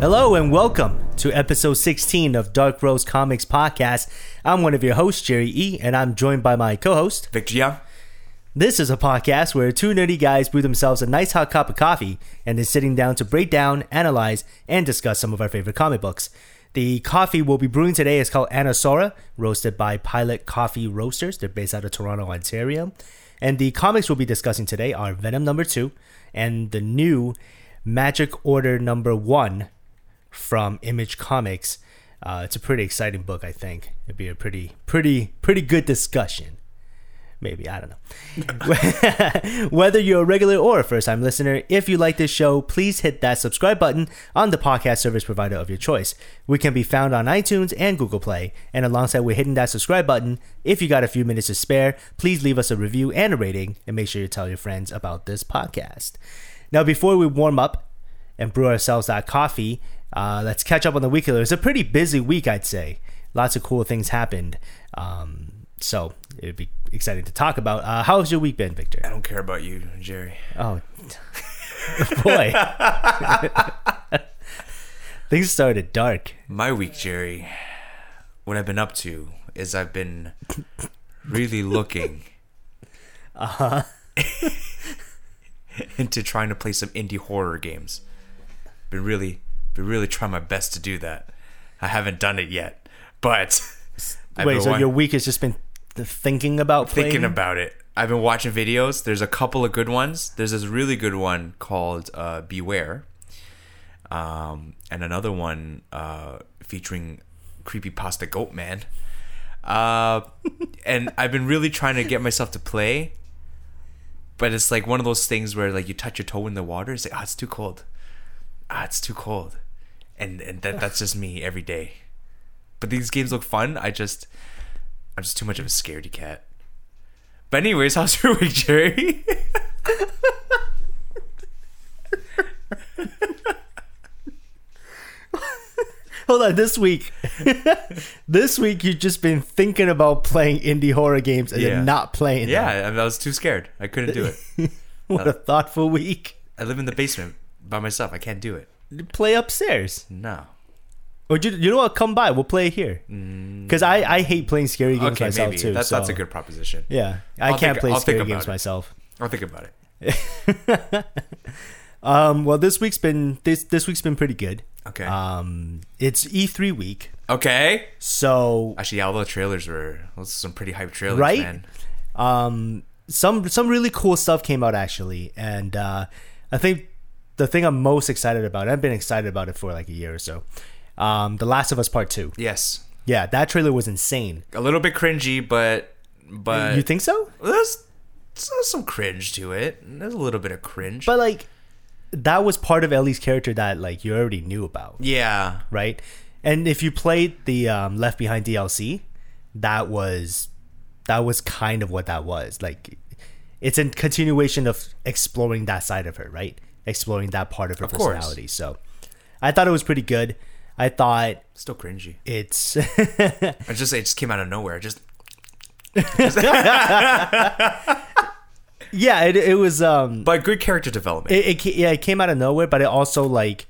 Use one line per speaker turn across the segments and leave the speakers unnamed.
Hello and welcome to episode 16 of Dark Rose Comics Podcast. I'm one of your hosts, Jerry E., and I'm joined by my co host.
Victor Young.
This is a podcast where two nerdy guys brew themselves a nice hot cup of coffee and then sitting down to break down, analyze, and discuss some of our favorite comic books. The coffee we'll be brewing today is called Anasaura, roasted by Pilot Coffee Roasters. They're based out of Toronto, Ontario. And the comics we'll be discussing today are Venom number two and the new Magic Order number one from Image Comics. Uh, it's a pretty exciting book, I think. It'd be a pretty, pretty, pretty good discussion. Maybe, I don't know. Whether you're a regular or a first time listener, if you like this show, please hit that subscribe button on the podcast service provider of your choice. We can be found on iTunes and Google Play. And alongside with hitting that subscribe button, if you got a few minutes to spare, please leave us a review and a rating and make sure you tell your friends about this podcast. Now, before we warm up, and brew ourselves that coffee. Uh, let's catch up on the weekly. It was a pretty busy week, I'd say. Lots of cool things happened. Um, so it'd be exciting to talk about. Uh, how has your week been, Victor?
I don't care about you, Jerry.
Oh, boy. things started dark.
My week, Jerry, what I've been up to is I've been really looking
Uh-huh.
into trying to play some indie horror games. Been really, been really trying my best to do that. I haven't done it yet, but I've
Wait,
been
so
wa-
your week has just been th- thinking about
thinking
playing?
about it. I've been watching videos. There's a couple of good ones. There's this really good one called uh, Beware, um, and another one uh, featuring creepypasta goat man. Uh, and I've been really trying to get myself to play, but it's like one of those things where like you touch your toe in the water. It's like ah, it's too cold. Ah, it's too cold, and and that that's just me every day. But these games look fun. I just I'm just too much of a scaredy cat. But anyways, how's your week, Jerry?
Hold on, this week. this week, you've just been thinking about playing indie horror games and
Yeah.
then not playing them.
yeah, I, I was too scared. I couldn't do it.
What a thoughtful week.
I live in the basement by myself. I can't do it.
Play upstairs.
No.
Or you, you know what? Come by. We'll play here. Because I, I hate playing scary games
Mm. Okay,
myself
maybe
too.
that's that's a
so-
good proposition.
Yeah, I
I'll
can't
think-
play
I'll
scary
think about
games
it.
myself.
I'll think about it.
Um, well, this week's been this this week's been pretty good.
Okay.
Um, it's E3 week,
okay.
so
Actually, all the trailers were those are some pretty hype trailers,
Right?
man.
um, some some really cool stuff came out actually, and uh, I think the thing I'm most excited about, I've been excited about it for like a year or so. Um, The Last of Us Part Two.
Yes,
Yeah, that trailer was insane.
a little bit cringy, but but
you think so?
there's, there's some cringe to it. There's a little bit of cringe.
But like, that was part of Ellie's character that like you already knew about.
yeah,
right? And if you played the um, Left Behind DLC, that was that was kind of what that was. Like, it's a continuation of exploring that side of her, right? Exploring that part of her
course.
personality. So, I thought it was pretty good. I thought
still cringy.
it's
It just it just came out of nowhere. Just
yeah, it, it was um
but good character development.
it, it ca- yeah it came out of nowhere, but it also like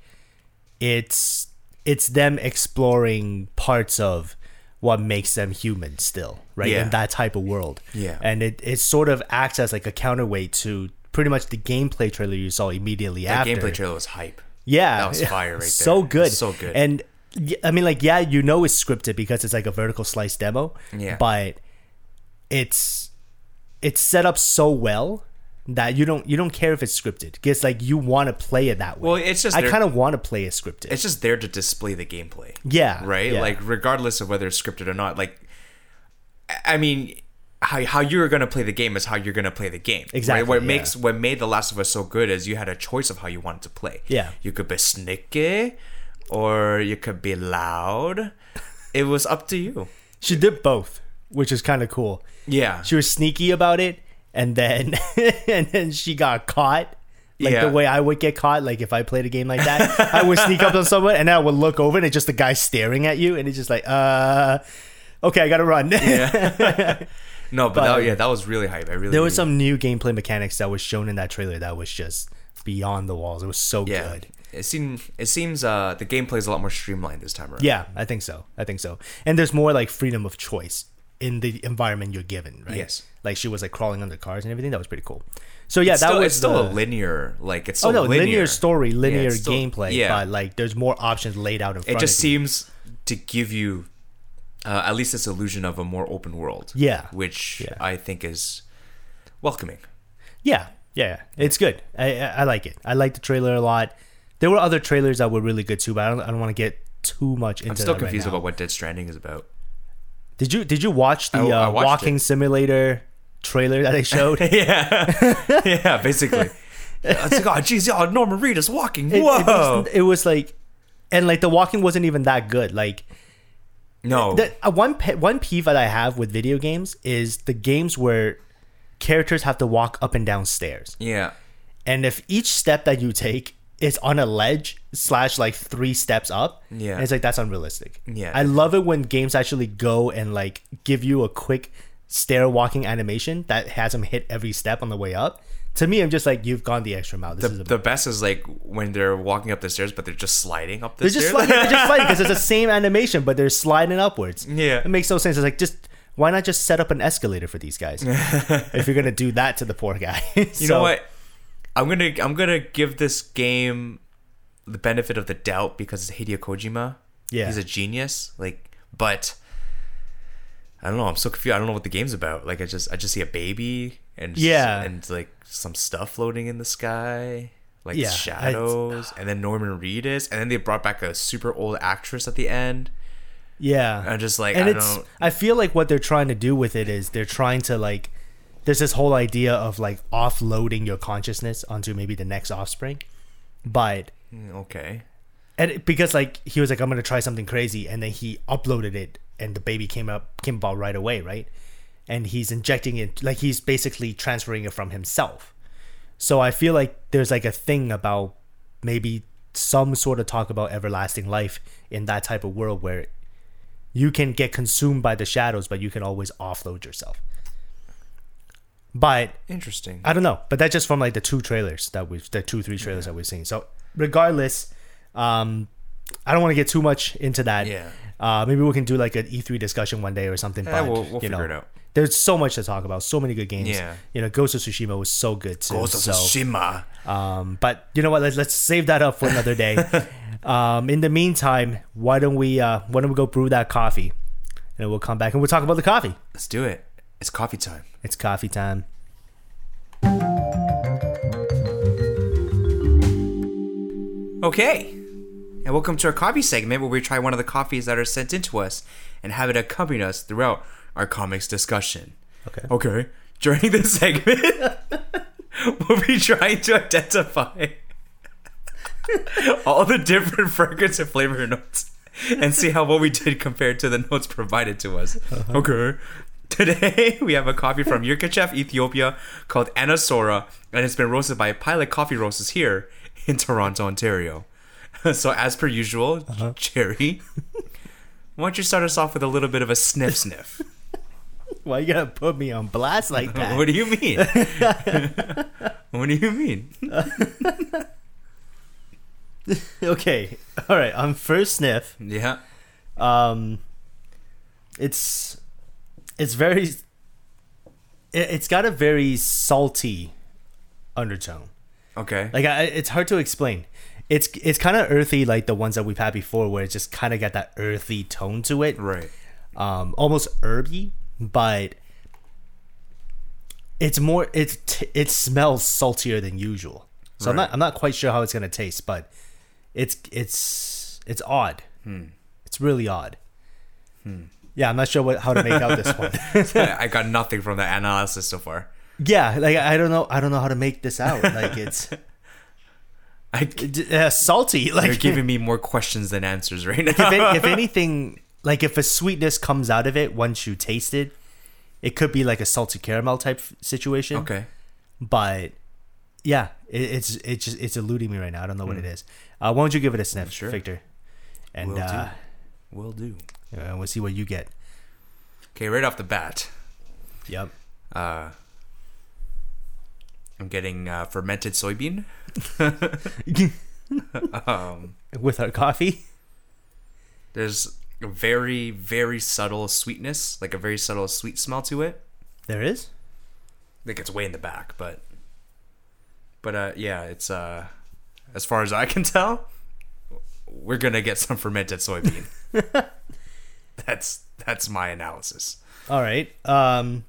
it's it's them exploring parts of what makes them human still, right?
Yeah.
In that type of world.
Yeah.
And it, it sort of acts as like a counterweight to pretty much the gameplay trailer you saw immediately
That
after.
gameplay trailer was hype.
Yeah,
That was fire right there.
So good,
So good.
And y- I mean, like, yeah, you know it's scripted because it's like a vertical slice demo.
Yeah.
but it's it's set up so well that you don't you don't care if it's scripted. It's like you want to play it that way.
Well, it's just
I
they're-
kind of want to play it scripted.
it's just there to display the gameplay.
yeah,
Right?
yeah.
Like regardless of whether it's scripted or not, like I- I mean how, how you're gonna play the game is how you're gonna play the game. right?
Exactly,
What
yeah.
makes what made The Last of Us so good is you had a choice of how you wanted to play.
Yeah.
You could be sneaky or you could be loud. It was up to you.
she did both, which is kind of cool.
Yeah.
She was sneaky about it, and then and then she got caught. Like
Yeah.
the way I would get caught, like if I played a game like that, I would sneak up on someone and I would look over and it's just the guy staring at you and it's just like, uh, okay, I gotta run.
no, but, that, yeah, that was really hype. I really
there was some new gameplay mechanics that was shown in that trailer that was just beyond the walls. It was so
yeah.
good.
it seem it seems uh, the gameplay is a lot more streamlined this time around.
Yeah, I think so. I think so. And there's more like freedom of choice in the environment you're given, right?
Yes.
Like she was like crawling under cars and everything. That was pretty cool. So yeah,
It's
that
still,
was
it's still
the-
a linear like it's
oh
still
no linear,
linear
story, linear
it's still-
gameplay.
yeah.
But like there's more options laid out in
It
front.
just
of you.
seems to give you uh, at least this illusion of a more open world.
Yeah.
which
Yeah.
I think is welcoming.
Yeah, yeah, it's good. I, I I like it. I like the trailer a lot. There were other trailers that were really good too, but I don't, I don't want to get too much into.
I'm still
that
confused
right now.
about what Dead Stranding is about.
Did you Did you watch the
I- I
uh,
watched
walking
it.
simulator trailer that they showed? it,
yeah, yeah, basically. Yeah, it's like, oh, geez, oh, Norman Reedus walking.
it
Whoa.
was, it was like, and like the walking wasn't even that good. Like
no.
that uh, one pe- one peeve that I have with video games is the games where characters have to walk up and down stairs.
yeah.
and if each step that you take is on a ledge slash like three steps up
Yeah.
and it's like that's unrealistic
Yeah.
i love it when games actually go and like give you a quick stair walking animation that has them hit every step on the way up to me i'm just like you've gone the extra mile this is a
The best is like when they're walking up the stairs, but they're just sliding up the
they're
stairs.
just sliding they're just sliding because it's the same animation but they're sliding upwards
Yeah.
it makes no sense it's like just why not just set up an escalator for these guys if you're gonna do that to the poor guy
you know what? I'm gonna I'm gonna give this game the benefit of the doubt because it's Hideo Kojima.
Yeah.
he's a genius. Like, but I don't know. I'm so confused. I don't know what the game's about. Like, I just I just see a baby and
Yeah.
and like some stuff floating in the sky. Like
Yeah, I-
shadows, and then Norman Reedus, and then they brought back a super old actress at the end.
yeah
I'm just like,
and
I
it's
don't.
I feel like what they're trying to do with it is they're trying to like there's this whole idea of like offloading your consciousness onto maybe the next offspring but
Mm, Okay,
and it- because like he was like I'm gonna try something crazy and then he uploaded it and the baby came up came about right away right and he's injecting it like he's basically transferring it from himself so I feel like there's like a thing about maybe some sort of talk about everlasting life in that type of world where you can get consumed by the shadows, but you can always offload yourself. But
interesting.
I don't know. But that's just from like the two trailers that we've the two three trailers that we've seen. So regardless, um, I don't want to get too much into that.
Yeah.
Uh, maybe we can do like an E3 discussion one day or something.
Yeah,
but
we'll- we'll
you know,
figure it out.
There's so much to talk about. So many good games.
Yeah.
You know, Ghost of Tsushima was so good too.
Ghost of
so,
Tsushima.
um, but you know what? Let's, let's save that up for another day. um, in the meantime, why don't we uh, why don't we go brew that coffee, and we'll come back and we'll talk about the coffee.
Let's do it. It's coffee time.
It's coffee time.
Okay. And welcome to our coffee segment where we try one of the coffees that are sent in to us and have it accompany us throughout our comics discussion.
Okay.
Okay. During this segment, we'll be trying to identify all the different fragrance and flavor notes and see how well we did compared to the notes provided to us. Okay. Today, we have a coffee from Yerkachev, Ethiopia called Anasora, and it's been roasted by Pilot Coffee Roasters here in Toronto, Ontario. So, as per usual, Jerry, why don't you start us off with a little bit of a sniff sniff?
Why you gonna put me on blast like that?
What do you mean? what do you mean?
okay. All right. On first sniff,
Yeah.
um, it's it's very it, it's got a very salty undertone.
Okay.
Like I, it's hard to explain. It's it's kind of earthy, like the ones that we've had before, where it's just kind of got that earthy tone to it,
right.
um, almost herby, but it's more it's t- it smells saltier than usual. So I'm
Right.
not I'm not quite sure how it's gonna taste, but it's it's it's odd.
Hmm.
It's really odd. Yeah, I'm not sure what how to make out this one.
I got nothing from that analysis so far.
yeah, like I don't know I don't know how to make this out. Like it's
I,
uh, salty. Like
you're giving me more questions than answers right
if,
now.
it, if anything, like if a sweetness comes out of it once you taste it, it could be like a salty caramel type f- situation.
okay.
But yeah, it, it's it's just it's eluding me right now. I don't know what it is. Uh, why don't you give it a sniff,
Hmm. Sure.
Victor? And
Will do.
uh,
Will do.
uh, we'll see what you get.
Okay, right off the bat,
Yep.
uh, I'm getting uh, fermented soybean. um,
with our coffee.
there's a very, very subtle sweetness, like a very subtle sweet smell to it.
There is.
think it's way in the back, but but uh yeah, it's uh as far as I can tell, we're gonna get some fermented soybean. that's that's my analysis.
All right. Um,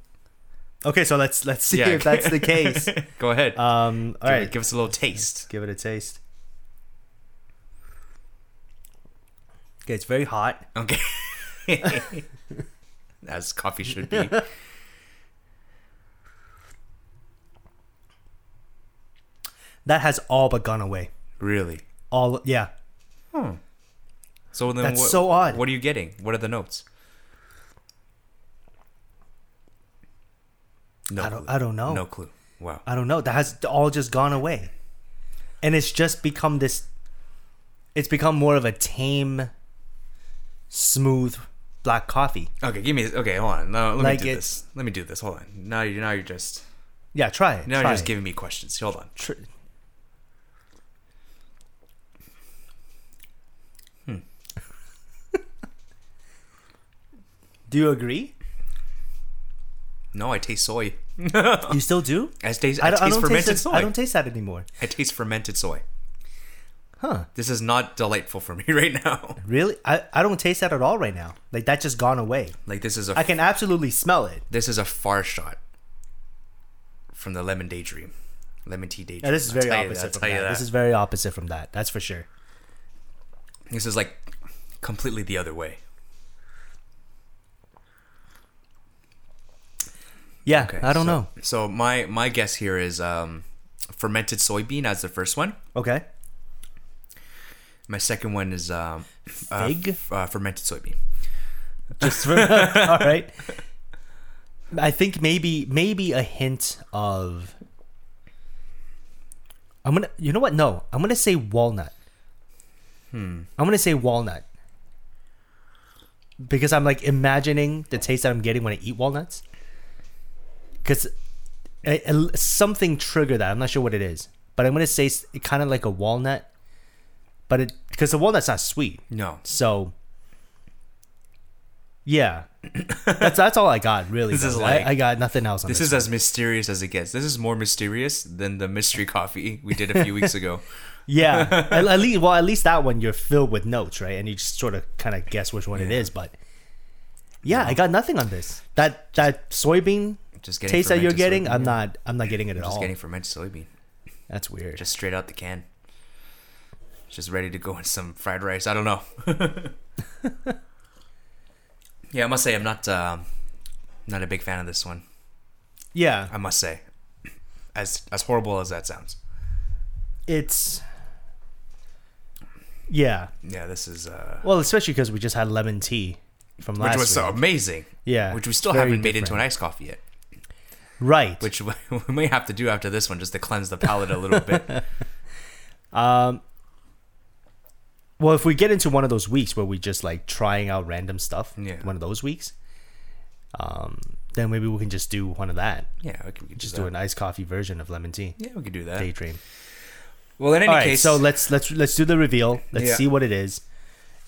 okay, so let's let's see
Yeah,
if
okay.
that's the case.
Go ahead.
Um, all
give,
right,
it- give us a little taste.
give it a taste. Okay, it's very hot.
Okay. as coffee should be.
That has all but gone away.
Really. Hmm.
All yeah.
So then
That's
what,
so odd.
What are you getting? What are the notes? No
I don't.
clue.
I don't know.
No clue. Wow.
I don't know. That has all just gone away, and it's just become this. It's become more of a tame, smooth black coffee.
Okay, give me. Okay, hold on. No, let
Like
me do
it's-
this. Let me do this. Hold on. Now you're now you're just
Yeah, try it.
now
try
you're just
it.
giving me questions. Hold on.
Tr- hmm. do you agree?
No, I taste soy.
You still do?
I taste. I,
I don't,
taste
I don't
fermented
taste
soy.
that, I don't taste that anymore.
I taste fermented soy.
Huh?
This is not delightful for me right now.
Really? I, I don't taste that at all right now. Like that just gone away.
Like this is a
I can absolutely smell it.
this is a far shot from the lemon daydream, lemon tea daydream.
Yeah, this is
I'll
very
tell you- I'll
opposite from
tell you
that.
that.
This is very opposite from that. That's for sure.
This is like completely the other way.
Yeah,
Okay,
I don't
so-
know.
So my my guess here is um, fermented soybean as the first one.
Okay.
My second one is um, uh,
Fig?
f- uh, fermented soybean.
Just for all right. I think maybe maybe a hint of I'm gonna you know what? No. I'm gonna say walnut. Hmm. I'm gonna say walnut. Because I'm like imagining the taste that I'm getting when I eat walnuts. Cause I- I- something triggered that. I'm not sure what it is, but I'm gonna say kind of like a walnut, but it because the walnut's not sweet.
No,
So yeah, that's that's all I got. Really,
This is
though.
like-
I, I got nothing else on
this
this.
is as mysterious as it gets. This is more mysterious than the mystery coffee we did a few weeks ago.
yeah, at, at least well, at least that one you're filled with notes, right? And you just sort of kind of guess which one it
Yeah.
is. But yeah, I got nothing on this. That that soybean
Just getting
taste that you're
fermented
getting,
soybean,
I'm
yeah.
not I'm not getting it at
Just
all.
getting fermented soybean,
that's weird.
just straight out the can. Just ready to go in some fried rice. I don't know. yeah, I must say I'm not um, not a big fan of this one.
yeah,
I must say, as as horrible as that sounds.
it's yeah.
Yeah, this is uh,
Well, especially because we just had lemon tea from last
which was so
week.
amazing.
yeah,
Which we still
very
haven't made into an
different.
iced coffee yet.
right.
which we may have to do after this one just to cleanse the palate a little bit.
Well, if we get into one of those weeks where we just like trying out random stuff,
Yeah.
one of those weeks, um, then maybe we can just do one of that.
Yeah, we could, we could
Just
do,
do
that.
an iced coffee version of lemon tea.
Yeah, we could do that.
Daydream.
Well, in any
All right,
case,
so let's let's let's do the reveal. Let's
Yeah.
see what it is,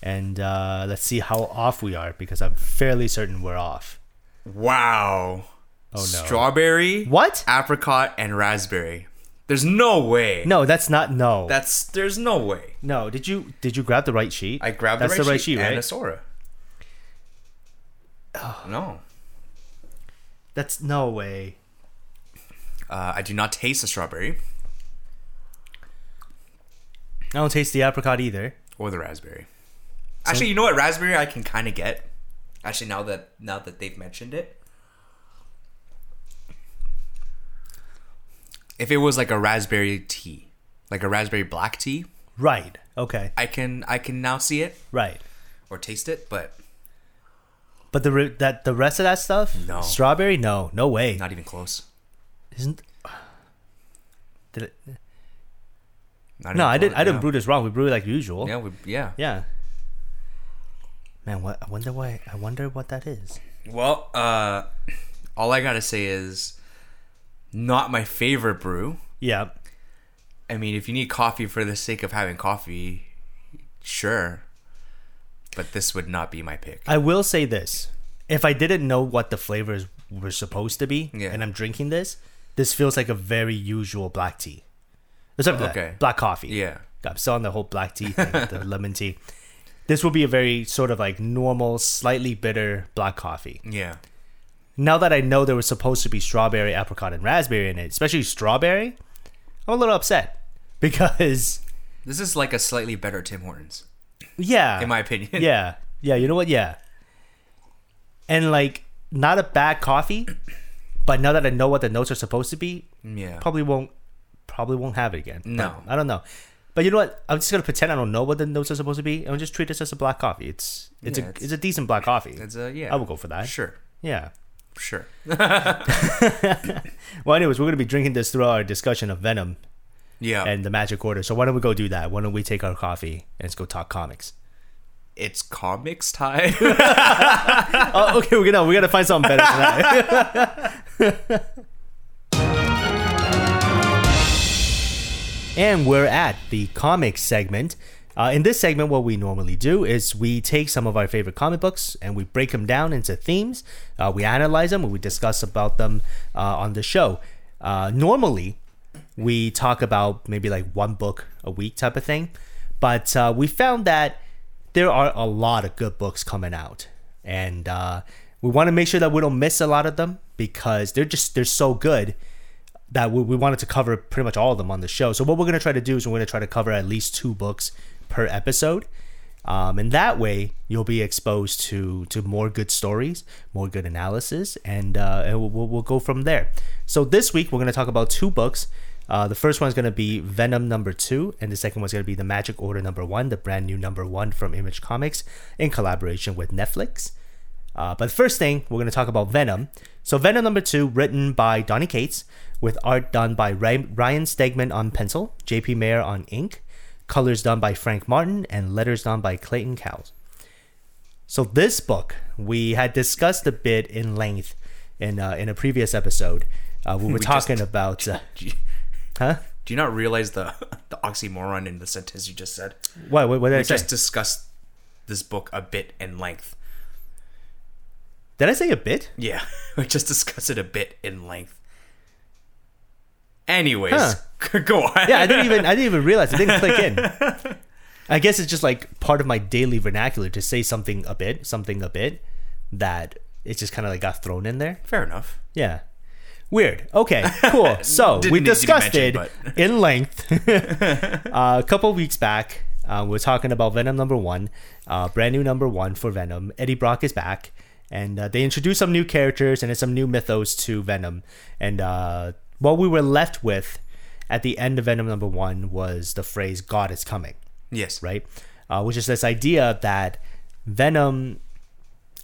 and uh, let's see how off we are because I'm fairly certain we're off.
wow. Oh
no.
Strawberry,
What?
Apricot and raspberry. There's no way.
No, that's not. No,
That's there's no way.
no. Did you did you grab the right sheet?
I grabbed
that's
the, right sheet,
right?
and a Sora. No,
that's no way.
uh, I do not taste the strawberry
I don't taste the apricot either.
or the raspberry. Actually, you know what? Raspberry, I can kind of get. Actually, now that now that they've mentioned it, if it was like a raspberry tea, like a raspberry black tea,
Right. Okay.
I can I can now see it
Right.
or taste it, but
But the re- that the rest of that stuff,
No.
strawberry, no, no way.
not even close.
Isn't did it,
Not
no?
even
I didn't.
close,
I didn't
yeah.
brew this wrong. We brewed it like usual.
Yeah, we, yeah.
Yeah. Man, what? I wonder why. I wonder what that is.
Well, uh, all I gotta say is, not my favorite brew,
Yeah.
I mean, if you need coffee for the sake of having coffee, sure. But this would not be my pick.
I will say this: if I didn't know what the flavors were supposed to be,
Yeah.
and I'm drinking this, this feels like a very usual black tea. Or something like that.
Okay.
black coffee.
Yeah.
I'm still on the whole black tea thing, the lemon tea. This will be a very sort of like normal, slightly bitter black coffee.
Yeah.
Now that I know there was supposed to be strawberry, apricot, and raspberry in it, especially strawberry, I'm a little upset because,
This is like a slightly better Tim Hortons,
yeah,
in my opinion.
yeah, yeah. You know what? Yeah, and like not a bad coffee, but now that I know what the notes are supposed to be,
Yeah.
probably won't probably won't have it again.
No.
I don't know. But you know what? I'm just gonna pretend I don't know what the notes are supposed to be, and I'll just treat this as a black coffee. It's it's
Yeah,
a
it's-
it's, a decent black coffee.
It's a yeah.
I will go for that.
Sure.
Yeah.
Sure.
Well, anyways, we're gonna be drinking this throughout our discussion of Venom
Yeah.
and the Magic Order. So why don't we go do that? Why don't we take our coffee and let's go talk comics?
it's comics time.
oh, okay. We're gonna we gotta find something better than that. And we're at the comics segment. Uh, in this segment, what we normally do is we take some of our favorite comic books and we break them down into themes. Uh, we analyze them and we discuss about them uh, on the show. Uh, normally, we talk about maybe like one book a week type of thing, but uh, we found that there are a lot of good books coming out, and uh, we want to make sure that we don't miss a lot of them because they're just they're so good that we, we wanted to cover pretty much all of them on the show. So what we're going to try to do is we're going to try to cover at least two books per episode. Um, and that way you'll be exposed to to more good stories, more good analysis, and uh, and we'll, we'll- we'll go from there. So this week we're going to talk about two books. Uh, the first one's going to be Venom number two, and the second one's going to be The Magic Order number one, the brand new number one from Image Comics in collaboration with Netflix. Uh, but first thing, we're going to talk about Venom. So, Venom number two, written by Donny Cates, with art done by Ry- Ryan Stegman on pencil, JP Mayer on ink, colors done by Frank Martin, and letters done by Clayton Cowles. So, this book we had discussed a bit in length in uh, in a previous episode. Uh, we were
just-
talking about, uh,
do, you,
huh?
do you not realize the the oxymoron in the sentence you just said?
What, what, what did I
We
say?
just discussed this book a bit in length.
did I say a bit?
Yeah, we just discussed it a bit in length. Anyways, go on.
Yeah, I didn't even I didn't even realize it didn't click in. I guess it's just like part of my daily vernacular to say something a bit, something a bit that it just kind of like got thrown in there.
Fair enough.
Yeah. Weird. Okay, cool. So
Didn't
we
need to be
discussed it
mentioned,
in length uh, a couple weeks back. Uh, we are talking about Venom number one, uh, brand new number one for Venom. Eddie Brock is back, and uh, they introduced some new characters and then some new mythos to Venom. And uh, what we were left with at the end of Venom number one was the phrase "God is coming."
Yes.
right? Uh, which is this idea that Venom,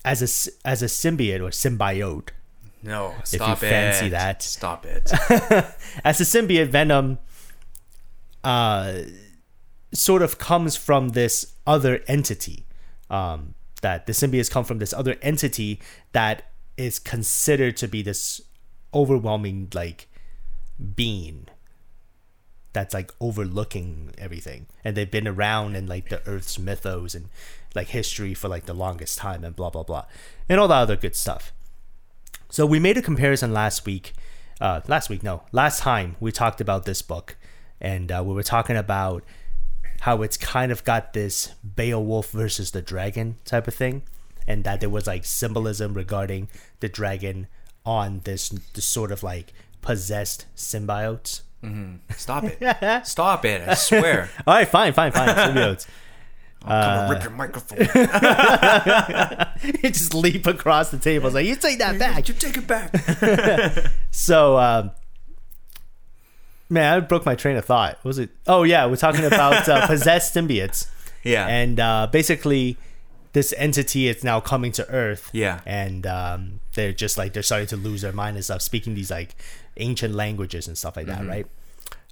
as a s- as a symbiote or symbiote,
No. Stop it.
fancy that.
Stop it.
as a symbiote, Venom, uh, sort of comes from this other entity. Um, that the symbiotes come from this other entity that is considered to be this overwhelming like being that's like overlooking everything and they've been around in like the earth's mythos and like history for like the longest time and blah blah blah and all that other good stuff so we made a comparison last week uh last week no last time we talked about this book and uh, we were talking about how it's kind of got this beowulf versus the dragon type of thing and that there was like symbolism regarding the dragon on this, this sort of like possessed symbiote
Stop it. Stop it. I swear.
all right, fine, fine, fine. Symbiotes.
I'm gonna rip your microphone.
you just leap across the table. It's like, you take that back.
you take it back.
So, um, man, I broke my train of thought. What was it? Oh, yeah, we're talking about uh, possessed symbiotes.
Yeah.
And uh, basically, this entity is now coming to Earth.
Yeah.
And um, they're just like, they're starting to lose their mind and stuff, speaking these like ancient languages and stuff like
Mm-hmm.
that, right?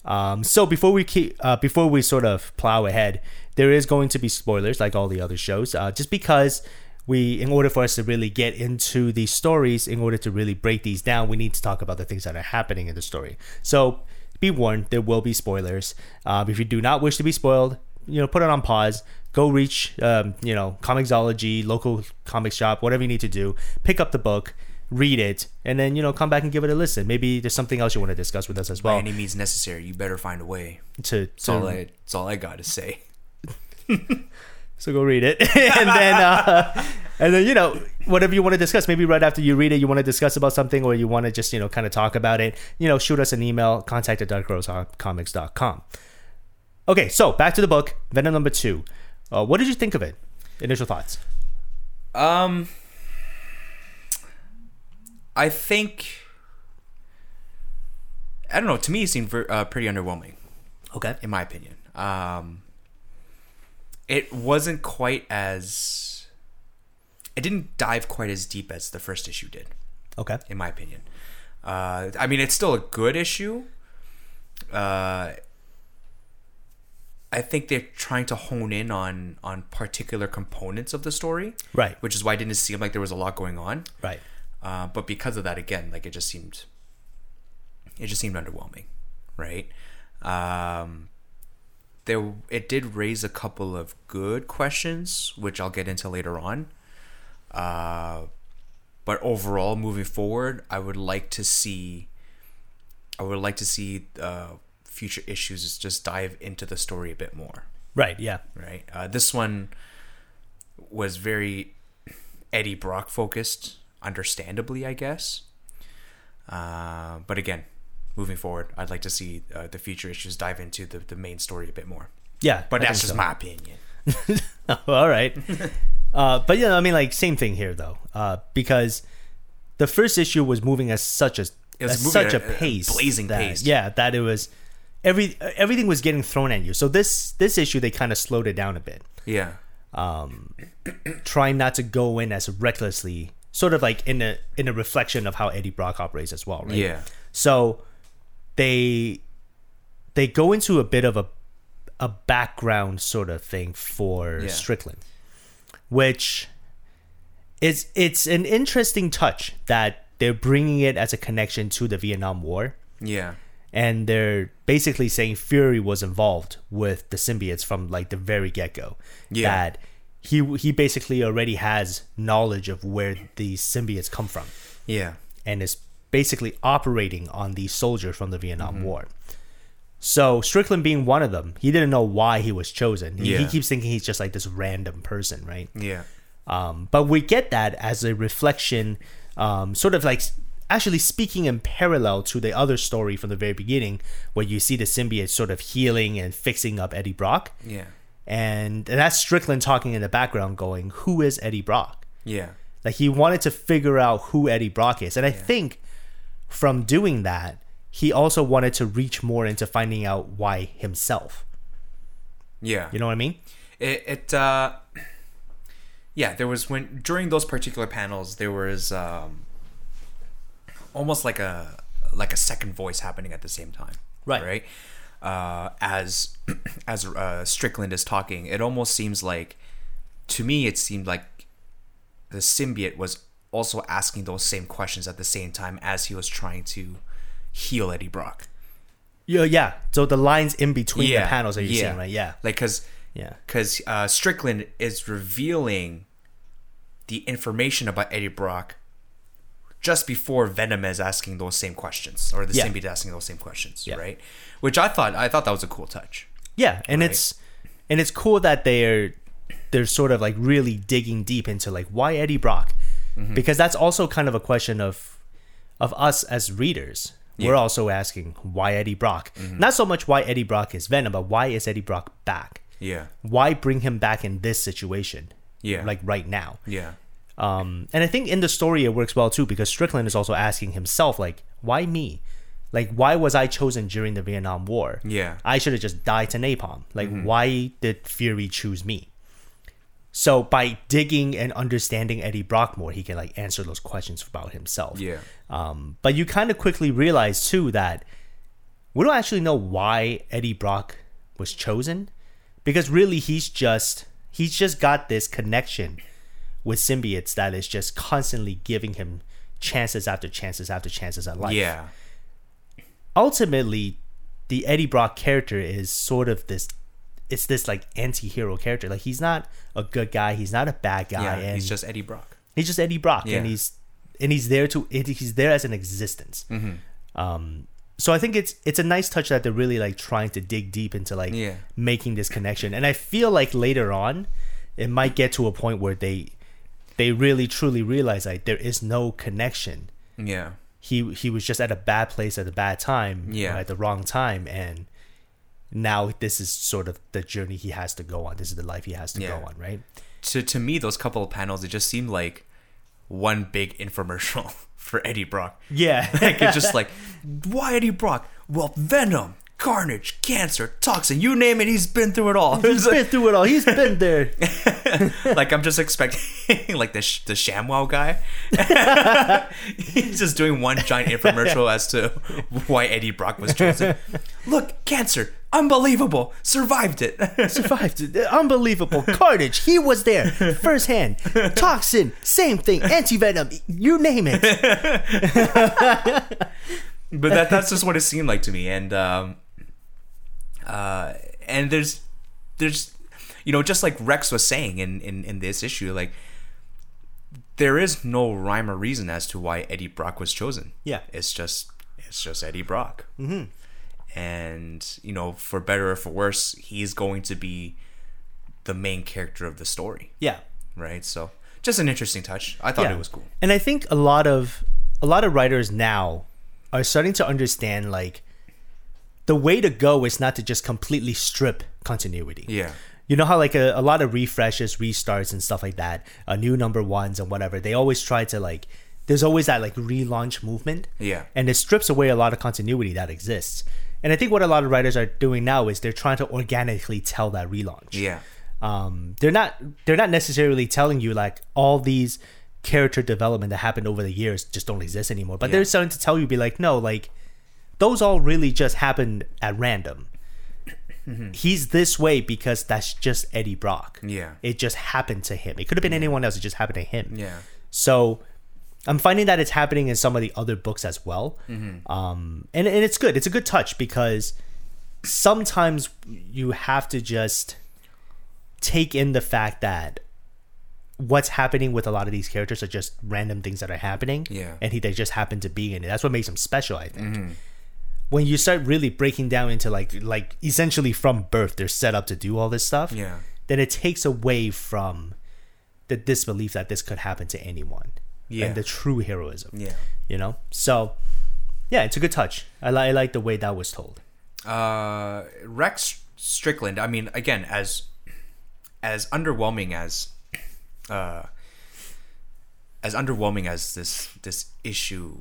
Um, so before we keep, uh, before we sort of plow ahead, there is going to be spoilers like all the other shows, uh, just because we, in order for us to really get into these stories, in order to really break these down, we need to talk about the things that are happening in the story. So be warned, there will be spoilers. Um, if you do not wish to be spoiled, you know, put it on pause. Go reach, um, you know, Comixology, local comic shop, whatever you need to do. Pick up the book, read it, and then you know, come back and give it a listen. Maybe there's something else you want to discuss with us as
By
well.
any means necessary, you better find a way.
To,
That's all
to
I. That's all I got to say.
so go read it, and then uh, and then you know, whatever you want to discuss. Maybe right after you read it, you want to discuss about something, or you want to just you know, kind of talk about it. You know, shoot us an email, contact at darkrosecomics.com. Okay, so back to the book, Venom number two. Uh, what did you think of it? Initial thoughts.
Um, I think I don't know. To me, it seemed ver- uh, pretty underwhelming,
Okay.
in my opinion. Um, it wasn't quite as it didn't dive quite as deep as the first issue did,
Okay.
in my opinion. Uh, I mean, it's still a good issue. Uh, I think they're trying to hone in on on particular components of the story
Right.
which is why it didn't seem like there was a lot going on.
Right.
Uh, but because of that, again, like it just seemed, it just seemed underwhelming, right? Um, there, it did raise a couple of good questions, which I'll get into later on. Uh, but overall, moving forward, I would like to see, I would like to see uh, future issues just dive into the story a bit more
Right. Yeah.
right? Uh, this one was very Eddie Brock focused, understandably, I guess. Uh, but again, moving forward, I'd like to see uh, the future issues dive into the, the main story a bit more.
Yeah.
But
I
that's
think
just
so.
my opinion.
Oh, All right. uh, but yeah, I mean, like same thing here though, uh, because the first issue was moving at such a
It was
at
moving
such a
at a- a
pace,
blazing
that,
pace.
Yeah, that it was every everything was getting thrown at you. So this this issue they kind of slowed it down a bit,
Yeah.
trying not to go in as recklessly, sort of like in a in a reflection of how Eddie Brock operates as well, right?
Yeah.
So they they go into a bit of a a background sort of thing for
Yeah.
Strickland, which is it's an interesting touch that they're bringing it as a connection to the Vietnam War,
Yeah.
and they're basically saying Fury was involved with the symbiotes from like the very get go.
Yeah.
That he he basically already has knowledge of where these symbiotes come from
Yeah.
and is basically operating on these soldiers from the Vietnam War. So Strickland being one of them, he didn't know why he was chosen. He, he
Yeah.
keeps thinking he's just like this random person, right?
Yeah.
Um, but we get that as a reflection, um, sort of like s- actually speaking in parallel to the other story from the very beginning, where you see the symbiote sort of healing and fixing up Eddie Brock,
Yeah.
and that's Strickland talking in the background, going, "Who is Eddie Brock?"
Yeah.
Like he wanted to figure out who Eddie Brock is. And I think from doing that, he also wanted to reach more into finding out why himself.
Yeah.
You know what I mean?
it, it uh yeah there was when during those particular panels there was um almost like a like a second voice happening at the same time
Right.
right uh as as uh strickland is talking it almost seems like to me it seemed like the symbiote was also asking those same questions at the same time as he was trying to heal eddie brock
Yeah, yeah. So the lines in between
Yeah,
the panels that you're
yeah.
seeing, right? Yeah.
like because
Yeah.
because uh, Strickland is revealing the information about Eddie Brock just before Venom is asking those same questions, or the
Yeah.
symbiote is asking those same questions,
Yeah.
right? Which I thought I thought that was a cool touch.
Yeah. And it's and it's cool that they're they're sort of like really digging deep into like why Eddie Brock?
Mm-hmm.
Because that's also kind of a question of of us as readers. We're also asking why Eddie Brock.
Mm-hmm.
Not so much why Eddie Brock is Venom, but why is Eddie Brock back?
Yeah,
why bring him back in this situation?
Yeah.
Like right now.
yeah,
Um, and I think in the story it works well too because Strickland is also asking himself, like, why me? Like, why was I chosen during the Vietnam War?
Yeah. Mm-hmm.
I should have just died to napalm. Like, why did Fury choose me? So by digging and understanding Eddie Brock more, he can like answer those questions about himself.
yeah,
Um, but you kind of quickly realize too that we don't actually know why Eddie Brock was chosen, because really he's just he's just got this connection with symbiotes that is just constantly giving him chances after chances after chances at life.
yeah,
Ultimately, the Eddie Brock character is sort of this. It's this like anti-hero character. Like he's not a good guy. He's not a bad guy.
yeah,
and
he's just Eddie Brock.
he's just Eddie Brock,
Yeah.
and he's and he's there to it- he's there as an existence.
Mm-hmm.
Um, so I think it's it's a nice touch that they're really like trying to dig deep into like
Yeah.
making this connection, and I feel like later on it might get to a point where they they really truly realize like there is no connection.
Yeah.
He he was just at a bad place at a bad time, or
Yeah.
at the wrong time, and now this is sort of the journey he has to go on. This is the life he has to
Yeah.
go on, right?
To to me, those couple of panels, it just seemed like one big infomercial for Eddie Brock.
Yeah,
like it's just like why Eddie Brock? Well, Venom, Carnage, Cancer, Toxin, you name it, he's been through it all.
he's been through it all. He's been there.
like I'm just expecting like the sh- the ShamWow guy. He's just doing one giant infomercial as to why Eddie Brock was chosen. Look, Cancer, unbelievable, survived it.
survived. Unbelievable. Carnage, he was there firsthand. Toxin, same thing. Anti venom, you name it.
but that that's just what it seemed like to me and um uh and there's there's you know just like rex was saying in in, in this issue like there is no rhyme or reason as to why eddie brock was chosen
Yeah.
it's just it's just eddie brock mm-hmm. and you know for better or for worse he's going to be the main character of the story
Yeah.
right so just an interesting touch i thought
yeah.
it was cool
And I think a lot of a lot of writers now are starting to understand like the way to go is not to just completely strip continuity.
yeah
You know how like a, a lot of refreshes, restarts, and stuff like that, uh, new number ones and whatever. They always try to like. There's always that like relaunch movement.
Yeah.
And it strips away a lot of continuity that exists. And I think what a lot of writers are doing now is they're trying to organically tell that relaunch.
yeah
Um, they're not they're not necessarily telling you like all these character development that happened over the years just don't exist anymore. But they're starting to tell you be like, no, like those all really just happened at random. He's this way because that's just Eddie Brock.
Mm-hmm. Yeah.
It just happened to him. It could have been anyone else, it just happened to him.
yeah
So I'm finding that it's happening in some of the other books as well.
Mm-hmm.
Um, and, and it's good. It's a good touch because sometimes you have to just take in the fact that what's happening with a lot of these characters are just random things that are happening.
Yeah. Mm-hmm.
And he, they just happen to be in it. That's what makes them special, I think. When you start really breaking down into like like essentially from birth, they're set up to do all this stuff
yeah
then it takes away from the disbelief that this could happen to anyone
Yeah.
and the true heroism
yeah
you know so yeah it's a good touch I, li- I like the way that was told
uh, Rex Strickland. I mean, again, as as underwhelming as uh, as underwhelming as this this issue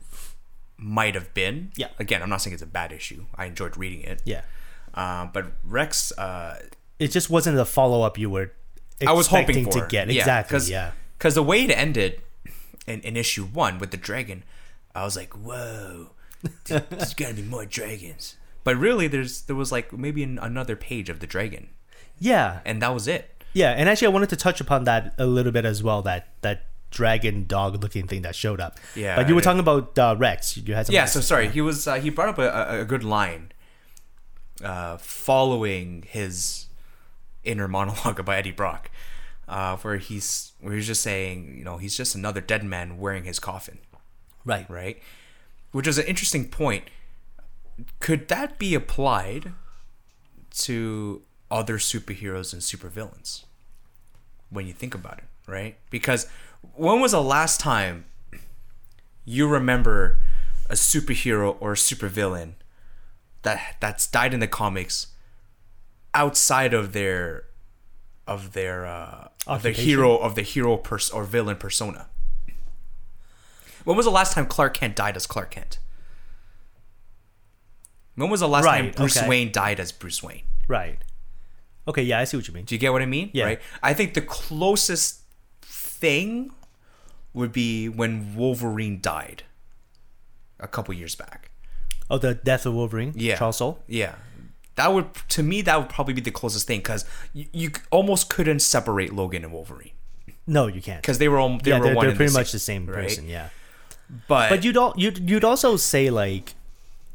might have been.
Yeah.
Again, I'm not saying it's a bad issue. I enjoyed reading it.
yeah
Uh, but Rex, uh,
it just wasn't the follow-up you were expecting
I was hoping for
to get exactly yeah
Because the way it ended in, in issue one with the dragon, I was like, whoa, th- there's gotta be more dragons. But really, there's there was like maybe an, another page of the dragon,
yeah
and that was it.
yeah and actually i wanted to touch upon that a little bit as well that that dragon dog looking thing that showed up
Yeah,
but you were
I
talking about uh, rex you had some
Yeah, so sorry. He was uh, he brought up a, a- a good line uh, following his inner monologue about Eddie Brock, uh, where he's where he's just saying, you know, he's just another dead man wearing his coffin,
right right
right? Which is an interesting point. Could that be applied to other superheroes and supervillains when you think about it, right? Because when was the last time you remember a superhero or a supervillain that that's died in the comics outside of their of their uh, of the
Occupation.
hero of the hero pers- or villain persona? When was the last time Clark Kent died as Clark Kent? When was the last time
Right,
Bruce
okay.
Wayne died as Bruce Wayne?
right okay yeah i see what you mean
Do you get what I mean?
Yeah.
Right. I think the closest thing would be when Wolverine died a couple years back.
oh the death of wolverine
Yeah.
charles soul
Yeah. That would to me that would probably be the closest thing cuz you, you almost couldn't separate Logan and Wolverine
no you can't
cuz they were all they
yeah,
were
they're,
one
they're
and
pretty
the
much
same,
the same
right?
person. Yeah,
But,
but you'd all you'd you'd also say like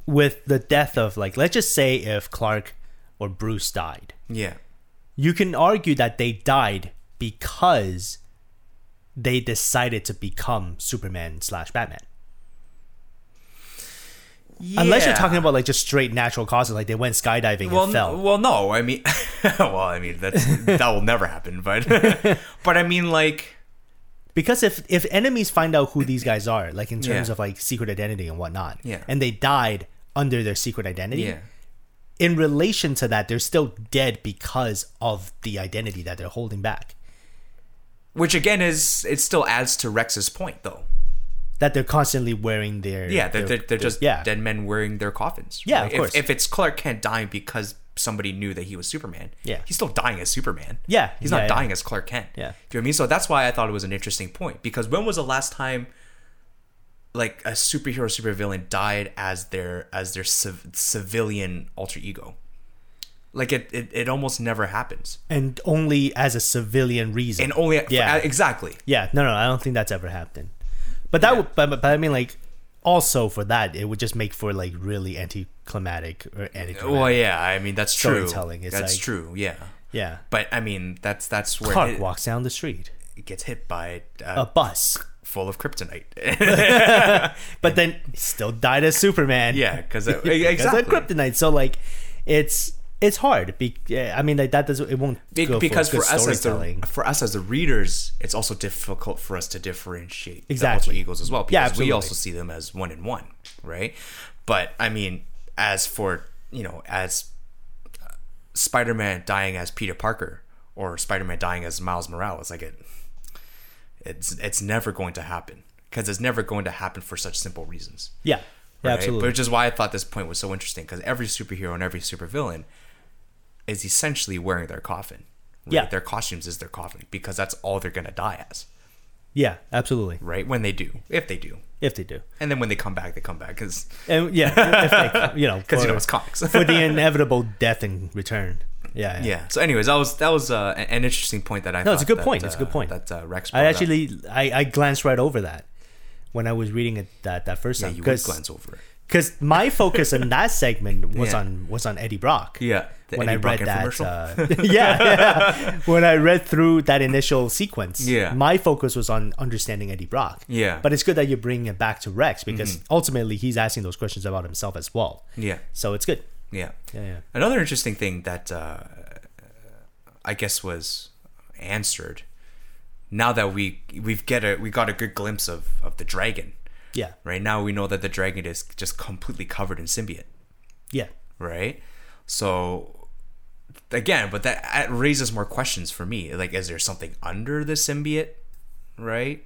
with the death of like let's just say if Clark or Bruce died,
Yeah.
you can argue that they died because they decided to become Superman slash Batman. Unless you're
Yeah.
talking about like just straight natural causes, like they went skydiving
well,
and
n-
fell.
well, no, I mean, well, I mean that's that will never happen, but but I mean like
because if if enemies find out who these guys are, like in terms
Yeah.
of like secret identity and whatnot,
Yeah.
and they died under their secret identity,
yeah,
in relation to that, they're still dead because of the identity that they're holding back,
which again is it still adds to Rex's point though.
that they're constantly wearing their
Yeah, they're,
their-
they're, they're just
yeah.
dead men wearing their coffins.
Yeah,
Like,
of course.
If, if it's Clark Kent dying because somebody knew that he was Superman,
Yeah.
he's still dying as Superman.
Yeah,
he's
yeah,
not
yeah.
dying as Clark Kent.
Yeah.
do you know what I mean? So that's why I thought it was an interesting point because when was the last time? Like a superhero, supervillain died as their as their civ- civilian alter ego. Like it, it, it almost never happens,
and only as a civilian reason.
and only uh,
Yeah.
exactly.
yeah, no, no, I don't think that's ever happened. But that would, but, but I mean, like, also for that, it would just make for like really anticlimactic or anticlimactic.
Well, yeah, I mean that's true.
Storytelling, it's
that's
like-
true. Yeah,
yeah,
but I mean that's that's where
Clark
it-
walks down the street,
gets hit by uh,
a bus,
full of kryptonite.
but then still died as Superman.
yeah, because
because
exactly
of kryptonite. So like, it's it's hard. Be- yeah, I mean, like that does not it won't
Be-
go
because
for,
for
good
us as the
storytelling.
for us as the readers, it's also difficult for us to differentiate the
Exactly.
alter egos as well
Yeah,
because we
absolutely.
also see them as one in one, right? But I mean, as for you know, as uh, Spider-Man dying as Peter Parker or Spider-Man dying as Miles Morales, like it, it's it's never going to happen because it's never going to happen for such simple reasons.
yeah, yeah,
right?
absolutely.
Which is why I thought this point was so interesting because every superhero and every supervillain is essentially wearing their coffin. right?
Yeah.
Their costumes is their coffin because that's all they're going to die as,
yeah, absolutely.
right? When they do, if they do.
If they do,
And then when they come back, they come back because
and yeah, if they, you know,
you
for-
know it's comics.
for the inevitable death and return. Yeah,
yeah. So, anyways, that was that was uh, an interesting point that I.
No, it's a
thought
good
that,
point. It's a good
uh,
point.
That uh, Rex.
I
brought up.
actually I, I glanced right over that when I was reading it that that first
yeah,
time
you would glance over it.
because my focus in that segment was
Yeah.
on was on Eddie Brock.
Yeah. The
when
Eddie
I
Brock
read that,
infomercial.
uh, yeah, yeah, when I read through that initial sequence,
Yeah.
my focus was on understanding Eddie Brock.
Yeah. Mm-hmm.
but it's good that you're bringing it back to Rex because ultimately he's asking those questions about himself as well.
yeah.
So it's good.
Yeah.
Yeah, yeah.
Another interesting thing that uh, I guess was answered now that we we've get a we got a good glimpse of of the dragon.
Yeah,
Right now we know that the dragon is just completely covered in symbiote.
yeah,
Right. So again, but that, that raises more questions for me. Like, is there something under the symbiote? Right.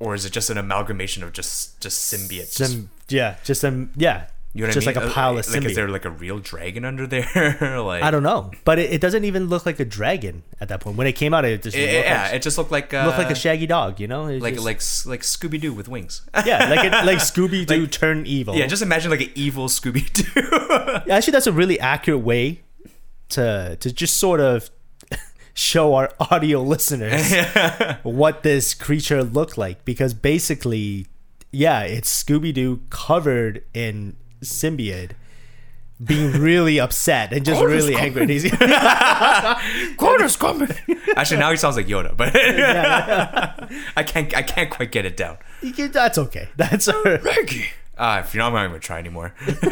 Or is it just an amalgamation of just just symbiotes? just
some yeah, just some yeah,
you know what
just
I mean? Uh,
like a pile of
Like,
symbiote.
is there like a real dragon under there? like,
I don't know, but it, it doesn't even look like a dragon at that point. When it came out, it just
It-
looked,
Eh, yeah,
like,
it just looked like uh,
looked like a shaggy dog, you know? It
like
just-
like like Scooby Doo with wings.
yeah, like it, like Scooby Doo turned evil.
yeah, just imagine like an evil Scooby Doo.
actually, that's a really accurate way to to just sort of show our audio listeners what this creature looked like, because basically, yeah, it's Scooby Doo covered in symbiote. Being really upset and just
God is
really angry. And he's,
Quarter's coming. Actually, now he sounds like Yoda, but I can't I can't quite get it down.
that's okay. That's all right.
Reggie. Uh, if you're not, I'm not even gonna try anymore.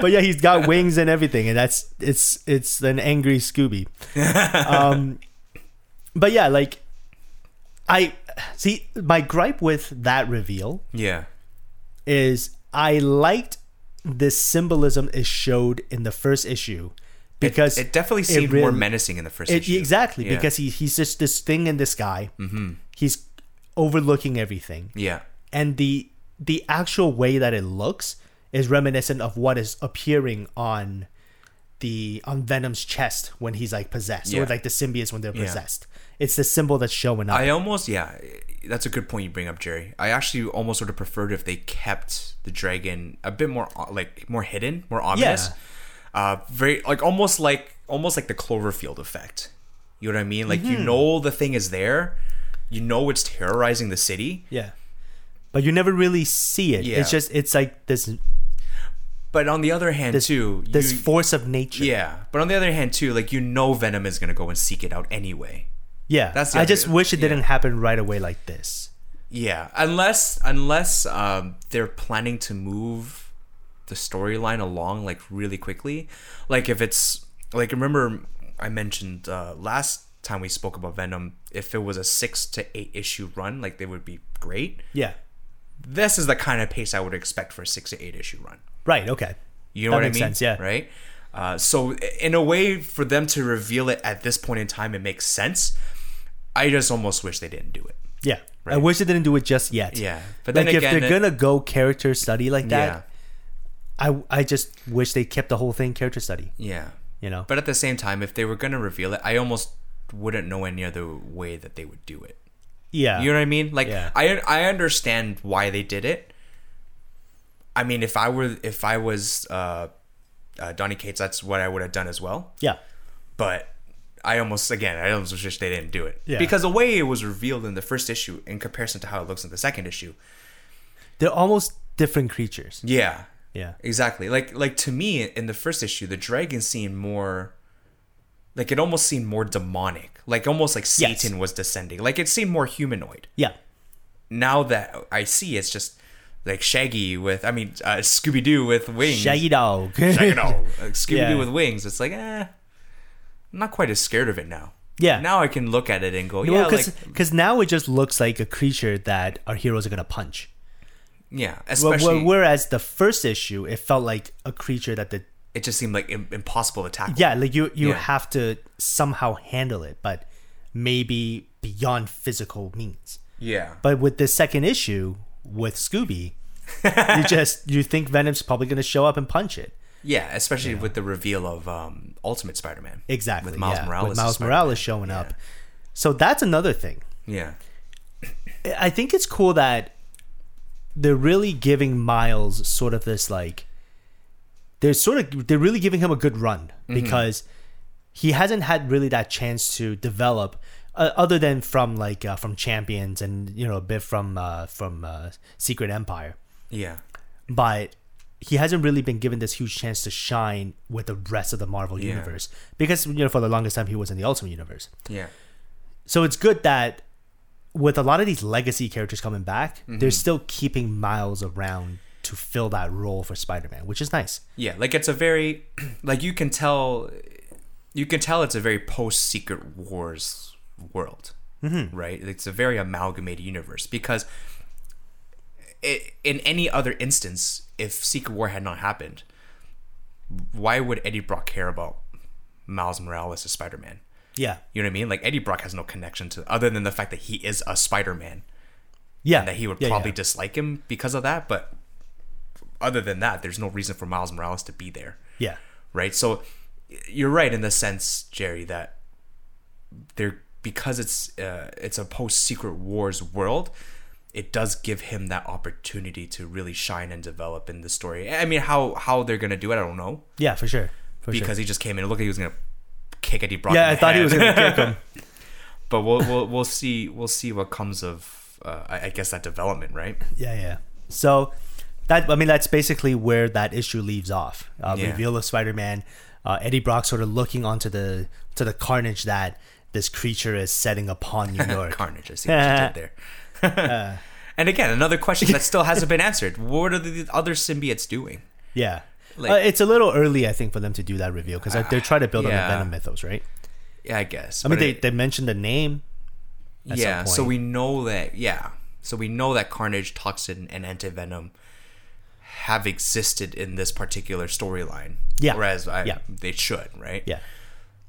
but yeah, he's got wings and everything, and that's it's it's an angry Scooby. Um, but yeah, like I see my gripe with that reveal
yeah,
is I liked this symbolism is showed in the first issue because
it definitely seemed more
really-
menacing in the first
it-
issue.
exactly
Yeah.
because he he's just this thing in the sky. Mm-hmm. He's overlooking everything
yeah,
and the the actual way that it looks is reminiscent of what is appearing on the on Venom's chest when he's like possessed,
Yeah.
or like the symbiotes when they're possessed. It's the symbol that's showing up.
I almost yeah, that's a good point you bring up, Jerry. I actually almost would have preferred if they kept the dragon a bit more o- like more hidden, more ominous. Uh, very like almost like almost like the Cloverfield effect. You know what I mean? Like
Mm-hmm.
you know the thing is there, you know it's terrorizing the city,
yeah, but you never really see it.
Yeah.
It's just it's like this
But on the other hand,
This,
too,
this
you-
force of nature.
yeah. But on the other hand, too, like you know, Venom is gonna go and seek it out anyway.
yeah.
That's the
I
idea.
just wish it didn't happen right away like this.
Yeah, unless unless um, they're planning to move the storyline along like really quickly, like if it's like remember I mentioned uh, last time we spoke about Venom, if it was a six to eight issue run, like they would be great.
Yeah.
This is the kind of pace I would expect for a six to eight issue run.
Right. Okay.
You know
That
what
makes
I mean?
sense, yeah.
Right. Uh, so in a way, for them to reveal it at this point in time, it makes sense. I just almost wish they didn't do it.
Yeah. I
Right.
wish it didn't do it just yet.
Yeah, but
Like
then
if
again,
they're
it-
gonna go character study like
yeah,
that, I I just wish they kept the whole thing character study.
yeah.
You know.
But at the same time, if they were gonna reveal it, I almost wouldn't know any other way that they would do it.
yeah.
You know what I mean? Like
Yeah.
I I understand why they did it. I mean, if I were if I was uh, uh, Donny Cates, that's what I would have done as well.
yeah.
But I almost again I almost wish they didn't do it
Yeah.
because the way it was revealed in the first issue in comparison to how it looks in the second issue.
They're almost different creatures.
Yeah,
Yeah.
exactly. Like like to me in the first issue, the dragon seemed more like it almost seemed more demonic, like almost like
Yes.
Satan was descending. Like it seemed more humanoid.
Yeah.
now that I see it's just like Shaggy with I mean uh, Scooby Doo with wings.
Shaggy dog.
Shaggy no, Scooby Doo
Yeah.
with wings. It's like eh, I'm not quite as scared of it now.
Yeah.
Now I can look at it and go, yeah,
Well,
like
because now it just looks like a creature that our heroes are gonna punch.
yeah.
But
Especially
wh- whereas the first issue, it felt like a creature that the
it just seemed like im- impossible to tackle.
yeah, like you you
Yeah.
have to somehow handle it, but maybe beyond physical means.
Yeah.
But with the second issue with Scooby, you just you think Venom's probably gonna show up and punch it.
Yeah, especially with the reveal of um, Ultimate Spider-Man.
Exactly.
With Miles
yeah,
Morales.
With
as
Miles
Spider-Man.
Morales showing up. So that's another thing.
Yeah.
I think it's cool that they're really giving Miles sort of this like they're sort of they're really giving him a good run
Mm-hmm.
because he hasn't had really that chance to develop uh, other than from like uh, from Champions and you know a bit from uh, from uh, Secret Empire,
Yeah.
but he hasn't really been given this huge chance to shine with the rest of the Marvel universe because you know for the longest time he was in the Ultimate universe.
Yeah.
So it's good that with a lot of these legacy characters coming back,
Mm-hmm.
they're still keeping Miles around to fill that role for Spider-Man, which is nice.
Yeah, like it's a very like you can tell you can tell it's a very post Secret Wars world, mm-hmm. right? It's a very amalgamated universe because i in any other instance, if Secret War had not happened, why would Eddie Brock care about Miles Morales as Spider Man?
Yeah,
You know what I mean? Like Eddie Brock has no connection to other than the fact that he is a Spider Man
yeah,
and that he would
Yeah,
probably
yeah.
dislike him because of that. But other than that, there's no reason for Miles Morales to be there
yeah,
right? So you're right in the sense, Jerry, that they're because it's uh, it's a post Secret Wars world. It does give him that opportunity to really shine and develop in the story. I mean, how how they're gonna do it, I don't know,
yeah, for sure, for sure.
because he just came in. It looked like he was gonna kick Eddie Brock. in
Yeah,
the
I thought he was
head.
gonna kick him.
but we'll, we'll we'll see we'll see what comes of uh, I I guess that development, right?
Yeah, yeah. So that I mean, that's basically where that issue leaves off. Uh,
Yeah.
Reveal of Spider-Man, uh, Eddie Brock sort of looking onto the to the carnage that this creature is setting upon New York.
Carnage. I see what you did there.
Uh.
and again, another question that still hasn't been answered: What are the other symbiotes doing?
yeah.
Like-
uh, it's a little early, I think, for them to do that reveal because they're trying to build on
yeah.
the Venom mythos, right?
Yeah, I guess.
I mean, they, they mentioned the name. at some
yeah. So
point.
we know that. Yeah. So we know that Carnage, Toxin, and Antivenom have existed in this particular storyline.
Yeah.
Whereas I,
Yeah.
they should, right?
Yeah.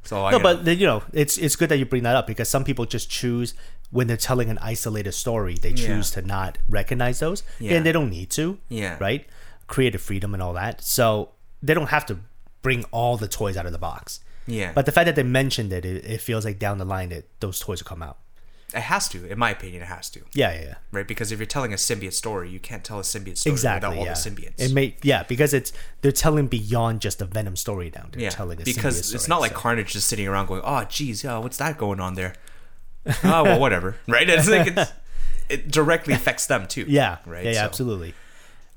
So I
No,
gotta-
but then, you know, it's it's good that you bring that up because some people just choose when they're telling an isolated story, they choose to not recognize those,
Yeah.
and they don't need to.
Yeah.
Right. Creative freedom and all that, so they don't have to bring all the toys out of the box.
yeah,
But the fact that they mentioned it, it, it feels like down the line that those toys will come out.
it has to, in my opinion, it has to,
Yeah, yeah, yeah.
right? Because if you're telling a symbiote story, you can't tell a symbiote story
Exactly.
without all
yeah.
the symbiotes.
It may, yeah, because it's they're telling beyond just a Venom story now. They're
yeah,
telling a
because
symbiote
it's
story,
not like
so-
Carnage just sitting around going, "Oh, geez, yeah, what's that going on there?" oh well, whatever, right? It's like it's, it directly affects them too.
Yeah.
right.
Yeah, yeah
So-
absolutely.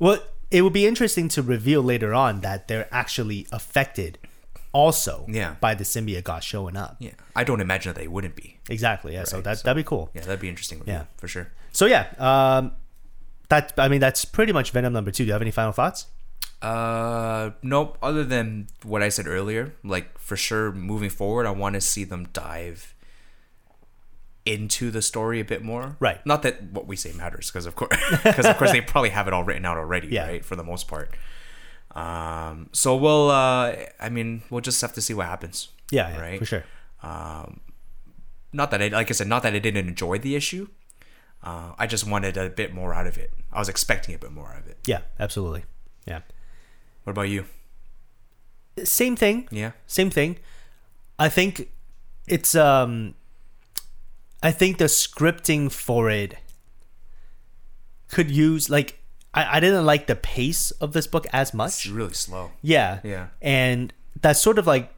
Well, it would be interesting to reveal later on that they're actually affected also
Yeah.
by the symbiote god showing up.
Yeah, I don't imagine that they wouldn't be.
Exactly. Yeah. so
Right,
that
so-
that'd be cool.
Yeah, that'd be interesting.
Yeah.
Yeah, for sure.
So yeah, um, that I mean that's pretty much Venom number two. Do you have any final thoughts?
Uh, nope. Other than what I said earlier, like for sure, moving forward, I want to see them dive into the story a bit more.
Right.
Not that what we say matters, because of course, because of course they probably have it all written out already.
Yeah.
Right. For the most part. Um. So we'll. Uh. I mean, we'll just have to see what happens.
Yeah, yeah
Right.
for sure.
Not that I like I said. Not that I didn't enjoy the issue. Uh, I just wanted a bit more out of it. I was expecting a bit more out of it.
Yeah, absolutely. Yeah.
What about you?
Same thing.
Yeah.
Same thing. I think it's um I think the scripting for it could use like I, I didn't like the pace of this book as
It's
much.
really slow.
Yeah.
Yeah.
And that's sort of like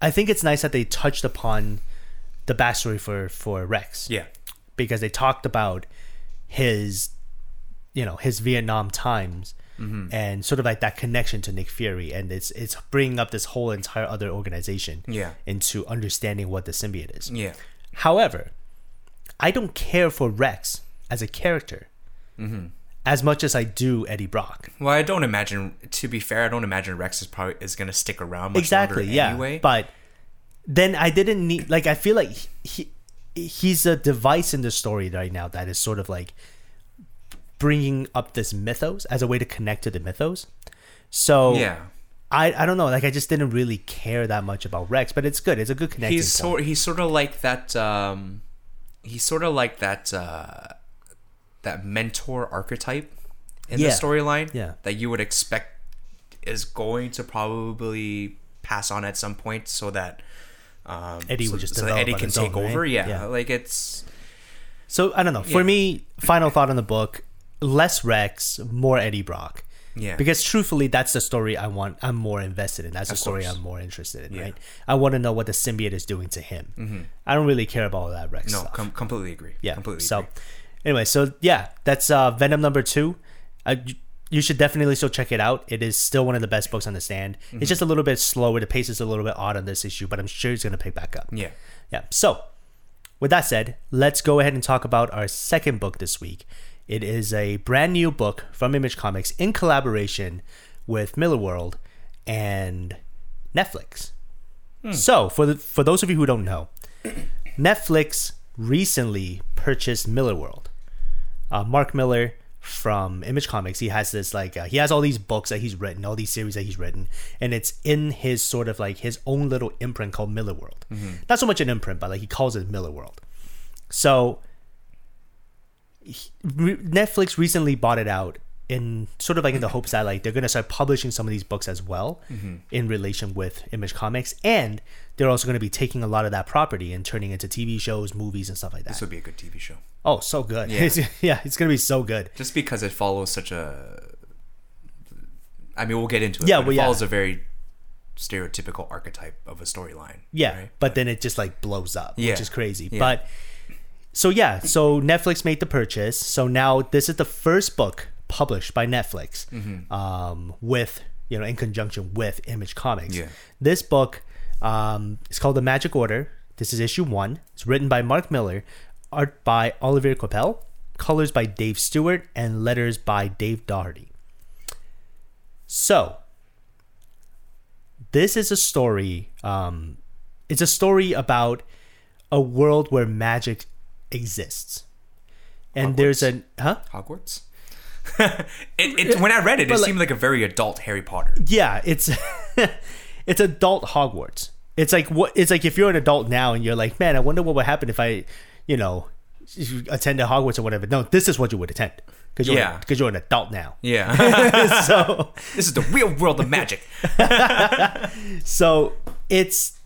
I think it's nice that they touched upon the backstory for for Rex.
Yeah.
because they talked about his you know his Vietnam times and sort of like that connection to Nick Fury and it's it's bringing up this whole entire other organization
Yeah.
into understanding what the symbiote is.
Yeah.
However, I don't care for Rex as a character as much as I do Eddie Brock.
Well, I don't imagine. To be fair, I don't imagine Rex is probably is gonna stick around much
exactly
longer
yeah
anyway.
but then i didn't need like i feel like he, he he's a device in the story right now that is sort of like bringing up this mythos as a way to connect to the mythos so
yeah,
i i don't know like i just didn't really care that much about rex but it's good it's a good connection
he's
point.
sort he's sort of like that. Um, he's sort of like that uh, that mentor archetype in
Yeah.
the storyline.
Yeah.
that you would expect is going to probably pass on at some point, so that um,
Eddie
so,
would just
so that
develop
Eddie
on
can
his own,
take over.
right?
Yeah.
Yeah.
like it's
so i don't know for
Yeah.
me final thought on the book less rex more eddie brock
yeah
because truthfully that's the story i want i'm more invested in that's the story
course.
i'm more interested in
Yeah. Mm-hmm.
right i want to know what the symbiote is doing to him i don't really care about all that rex
no,
stuff.
com- completely agree.
yeah
completely.
so
agree.
anyway so yeah that's uh venom number two uh, you- you should definitely still check it out it is still one of the best books on the stand
Mm-hmm.
it's just a little bit slower the pace is a little bit odd on this issue but i'm sure it's going to pick back up
yeah.
yeah. So, with that said, let's go ahead and talk about our second book this week. It is a brand new book from Image Comics in collaboration with Miller World and Netflix. So, for the, for those of you who don't know, Netflix recently purchased Miller World. Uh, Mark Miller from Image Comics, he has this like uh, he has all these books that he's written, all these series that he's written, and it's in his sort of like his own little imprint called Miller World. Not so much an imprint, but like he calls it Miller World. So he- re- Netflix recently bought it out in sort of like in the hopes that like they're going to start publishing some of these books as well in relation with Image Comics and they're also going to be taking a lot of that property and turning into TV shows, movies and stuff like that.
This would be a good TV show.
oh, so good.
Yeah.
Yeah, yeah it's going to be so good.
just because it follows such a i mean we'll get into it
Yeah,
but
well,
it
yeah.
follows a very stereotypical archetype of a storyline
Yeah,
right?
but then it just like blows up,
Yeah.
which is crazy.
Yeah.
But so yeah, so Netflix made the purchase. So now this is the first book published by Netflix,
Mm-hmm.
um, with you know in conjunction with Image Comics.
Yeah.
This book um, is called The Magic Order. This is issue one. It's written by Mark Miller, art by Olivier Coppel, colors by Dave Stewart, and letters by Dave Doherty. So this is a story. Um, it's a story about a world where magic exists, and there's an huh?
hogwarts it, it, when i read it it
But, like-
seemed like a very adult harry potter
Yeah, it's it's adult Hogwarts. It's like what it's like if you're an adult now and you're like, man, I wonder what would happen if I, you know, attended Hogwarts or whatever. No, this is what you would attend because you're
Yeah.
because you're an adult now.
yeah
so
this is the real world of magic
so it's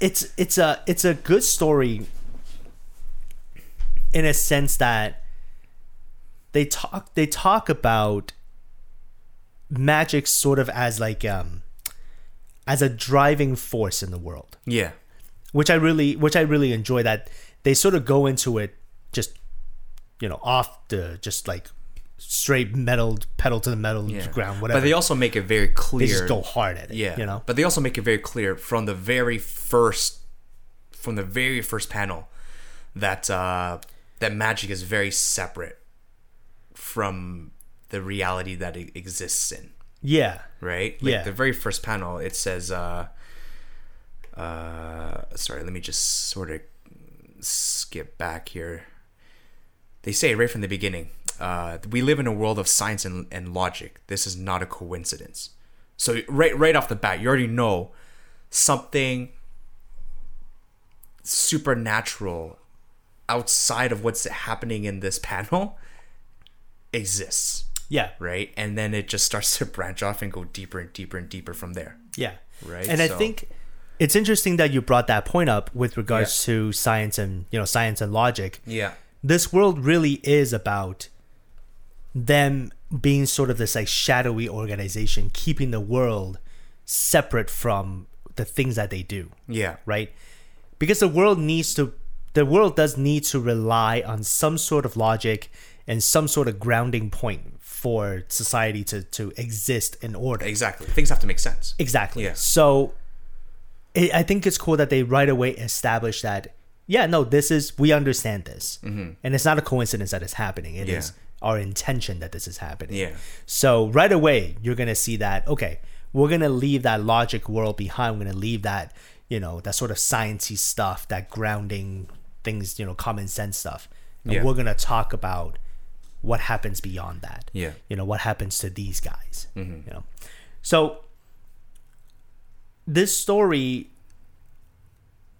it's it's a it's a good story in a sense that they talk they talk about magic sort of as like um as a driving force in the world
yeah
which i really which i really enjoy that they sort of go into it just you know off the just like straight metal pedal to the metal ground whatever
But they also make it very clear.
they just go hard at it
Yeah.
you know
But they also make it very clear from the very first from the very first panel that uh that magic is very separate from the reality that it exists in.
yeah
Right?
Yeah.
the very first panel it says uh uh sorry, let me just sort of skip back here. They say it right from the beginning. Uh, we live in a world of science and, and logic. This is not a coincidence. So right right off the bat, you already know something supernatural outside of what's happening in this panel exists,
yeah
right? And then it just starts to branch off and go deeper and deeper and deeper from there.
Yeah.
Right,
And I
so-
think it's interesting that you brought that point up with regards to science and you know science and logic.
Yeah.
This world really is about them being sort of this like shadowy organization, keeping the world separate from the things that they do
Yeah.
right? Because the world needs to, the world does need to rely on some sort of logic and some sort of grounding point for society to to exist in order.
Exactly. Things have to make sense.
Exactly.
Yeah.
So, i I think it's cool that they right away establish that. Yeah, no, this is we understand this, and it's not a coincidence that it's happening. It is
Mm-hmm. Yeah.
our intention that this is happening.
Yeah.
So right away, you're gonna see that. Okay, we're gonna leave that logic world behind. We're gonna leave that, you know, that sort of sciencey stuff, that grounding things, you know, common sense stuff. And
Yeah.
we're gonna talk about what happens beyond that.
Yeah. Mm-hmm.
You know, what happens to these guys. You know, so this story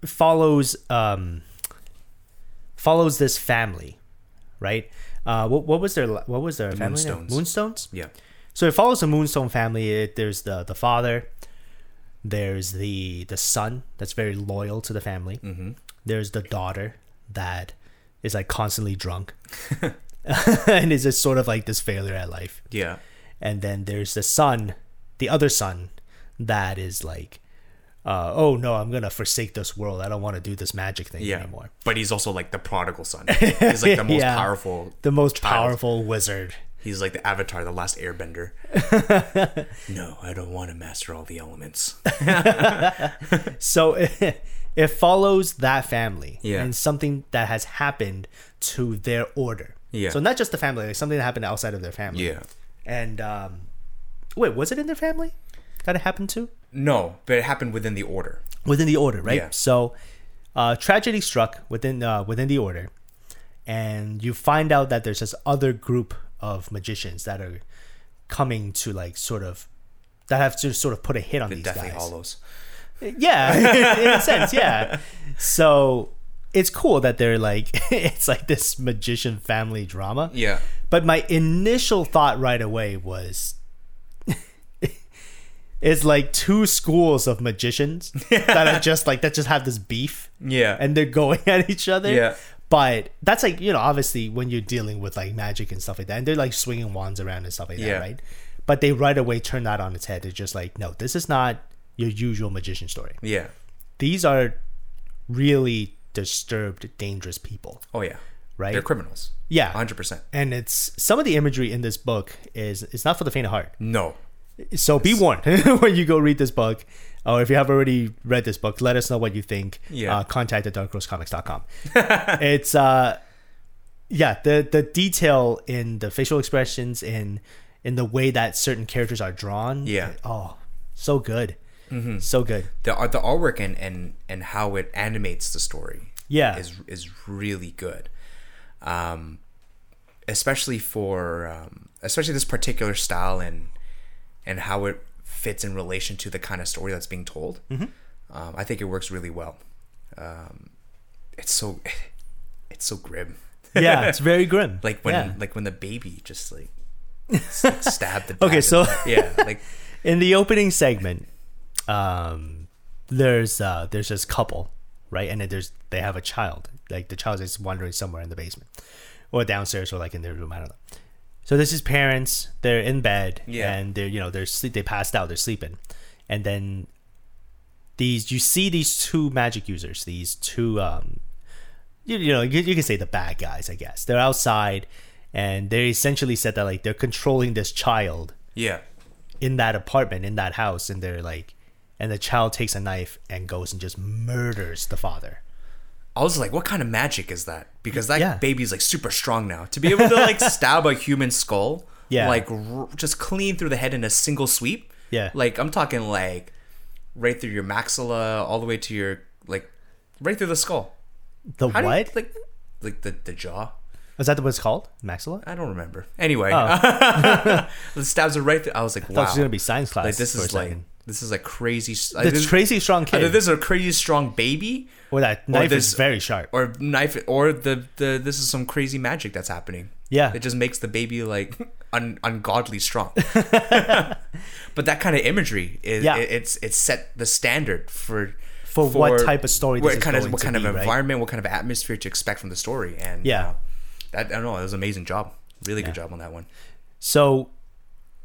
follows um follows this family, right? Uh, what, what was their la- what was their family name?
Moonstones.
Moonstones.
Yeah.
So it follows the Moonstone family. It, there's the the father, there's the the son that's very loyal to the family. Mm-hmm. There's the daughter that is like constantly drunk, and is just sort of like this failure at life.
Yeah.
And then there's the son, the other son, that is like, uh, oh no, I'm gonna forsake this world. I don't want to do this magic thing
Yeah.
anymore.
But he's also like the prodigal son. He's like the most
Yeah.
powerful.
The most
Child.
powerful wizard.
He's like the avatar, the last airbender. no, I don't want to master all the elements.
So it, follows that family
Yeah.
and something that has happened to their order.
Yeah.
So not just the family, like something that happened outside of their family.
Yeah.
And um, wait, was it in their family that it happened to?
No, but it happened within the order.
Within the order, right?
Yeah.
So uh, tragedy struck within uh, within the order, and you find out that there's this other group of magicians that are coming to like sort of that have to sort of put a hit on these
Deathly
guys.
Hollows.
Yeah, in a sense, yeah. So it's cool that they're like it's like this magician family drama.
Yeah.
But my initial thought right away was it's like two schools of magicians that are just like that just have this beef
Yeah.
and they're going at each other.
Yeah.
But that's like, you know, obviously when you're dealing with like magic and stuff like that, and they're like swinging wands around and stuff like
Yeah.
that, right? But they right away turn that on its head. They're just like, no, this is not your usual magician story.
yeah.
These are really disturbed, dangerous people,
Oh, yeah.
right?
They're criminals.
yeah.
100%.
And it's some of the imagery in this book is it's not for the faint of heart.
No.
So be warned when you go read this book, or if you have already read this book, let us know what you think.
Yeah.
Uh, contact at darkrosecomics.com. it's uh, yeah, the the detail in the facial expressions in in the way that certain characters are drawn.
Yeah. Mm-hmm.
Oh, so good. So good.
The, art- the artwork and, and, and how it animates the story
Yeah.
is, is really good. Um, especially for, um, especially this particular style and, and how it fits in relation to the kind of story that's being told.
Mm-hmm.
Um, I think it works really well. Um, it's so, it's so grim.
yeah, it's very grim.
like when
Yeah.
like when the baby just like, s- like stabbed the dad
Okay,
in
so-
the- yeah like
in the opening segment, um, there's uh, there's this couple, right, and then there's they have a child. Like the child is wandering somewhere in the basement, or downstairs, or like in their room. I don't know. So this is parents. They're in bed,
Yeah.
and they're you know they're sleep. They passed out. They're sleeping, and then these you see these two magic users. These two um, you, you know you, you can say the bad guys. I guess they're outside, and they essentially said that like they're controlling this child
Yeah.
in that apartment in that house and they're like and the child takes a knife and goes and just murders the father
I was like, what kind of magic is that? Because that
Yeah.
baby's like super strong now. To be able to like stab a human skull,
Yeah.
like r- just clean through the head in a single sweep.
Yeah.
Like I'm talking like right through your maxilla, all the way to your like right through the skull.
the
How do you-
what
like like the the jaw.
is that what it's called maxilla
I don't remember. Anyway,
Oh.
the stabs are right through. I was like,
That
wow.
was gonna be science class
like this
for
is
a
like
second.
this is like crazy. s-
the
this,
crazy strong kid
either this is a crazy strong baby
or that knife
this-
is very sharp
or knife or the, the this is some crazy magic that's happening.
Yeah.
It just makes the baby like un, ungodly strong. but that kind of imagery is
Yeah.
it, it's it's set the standard for
For what type of story
what
this is
kind of
going
what
to
kind
be,
of
right?
environment, what kind of atmosphere to expect from the story and
Yeah.
uh, that I don't know, it was an amazing job. Really good job on that one.
so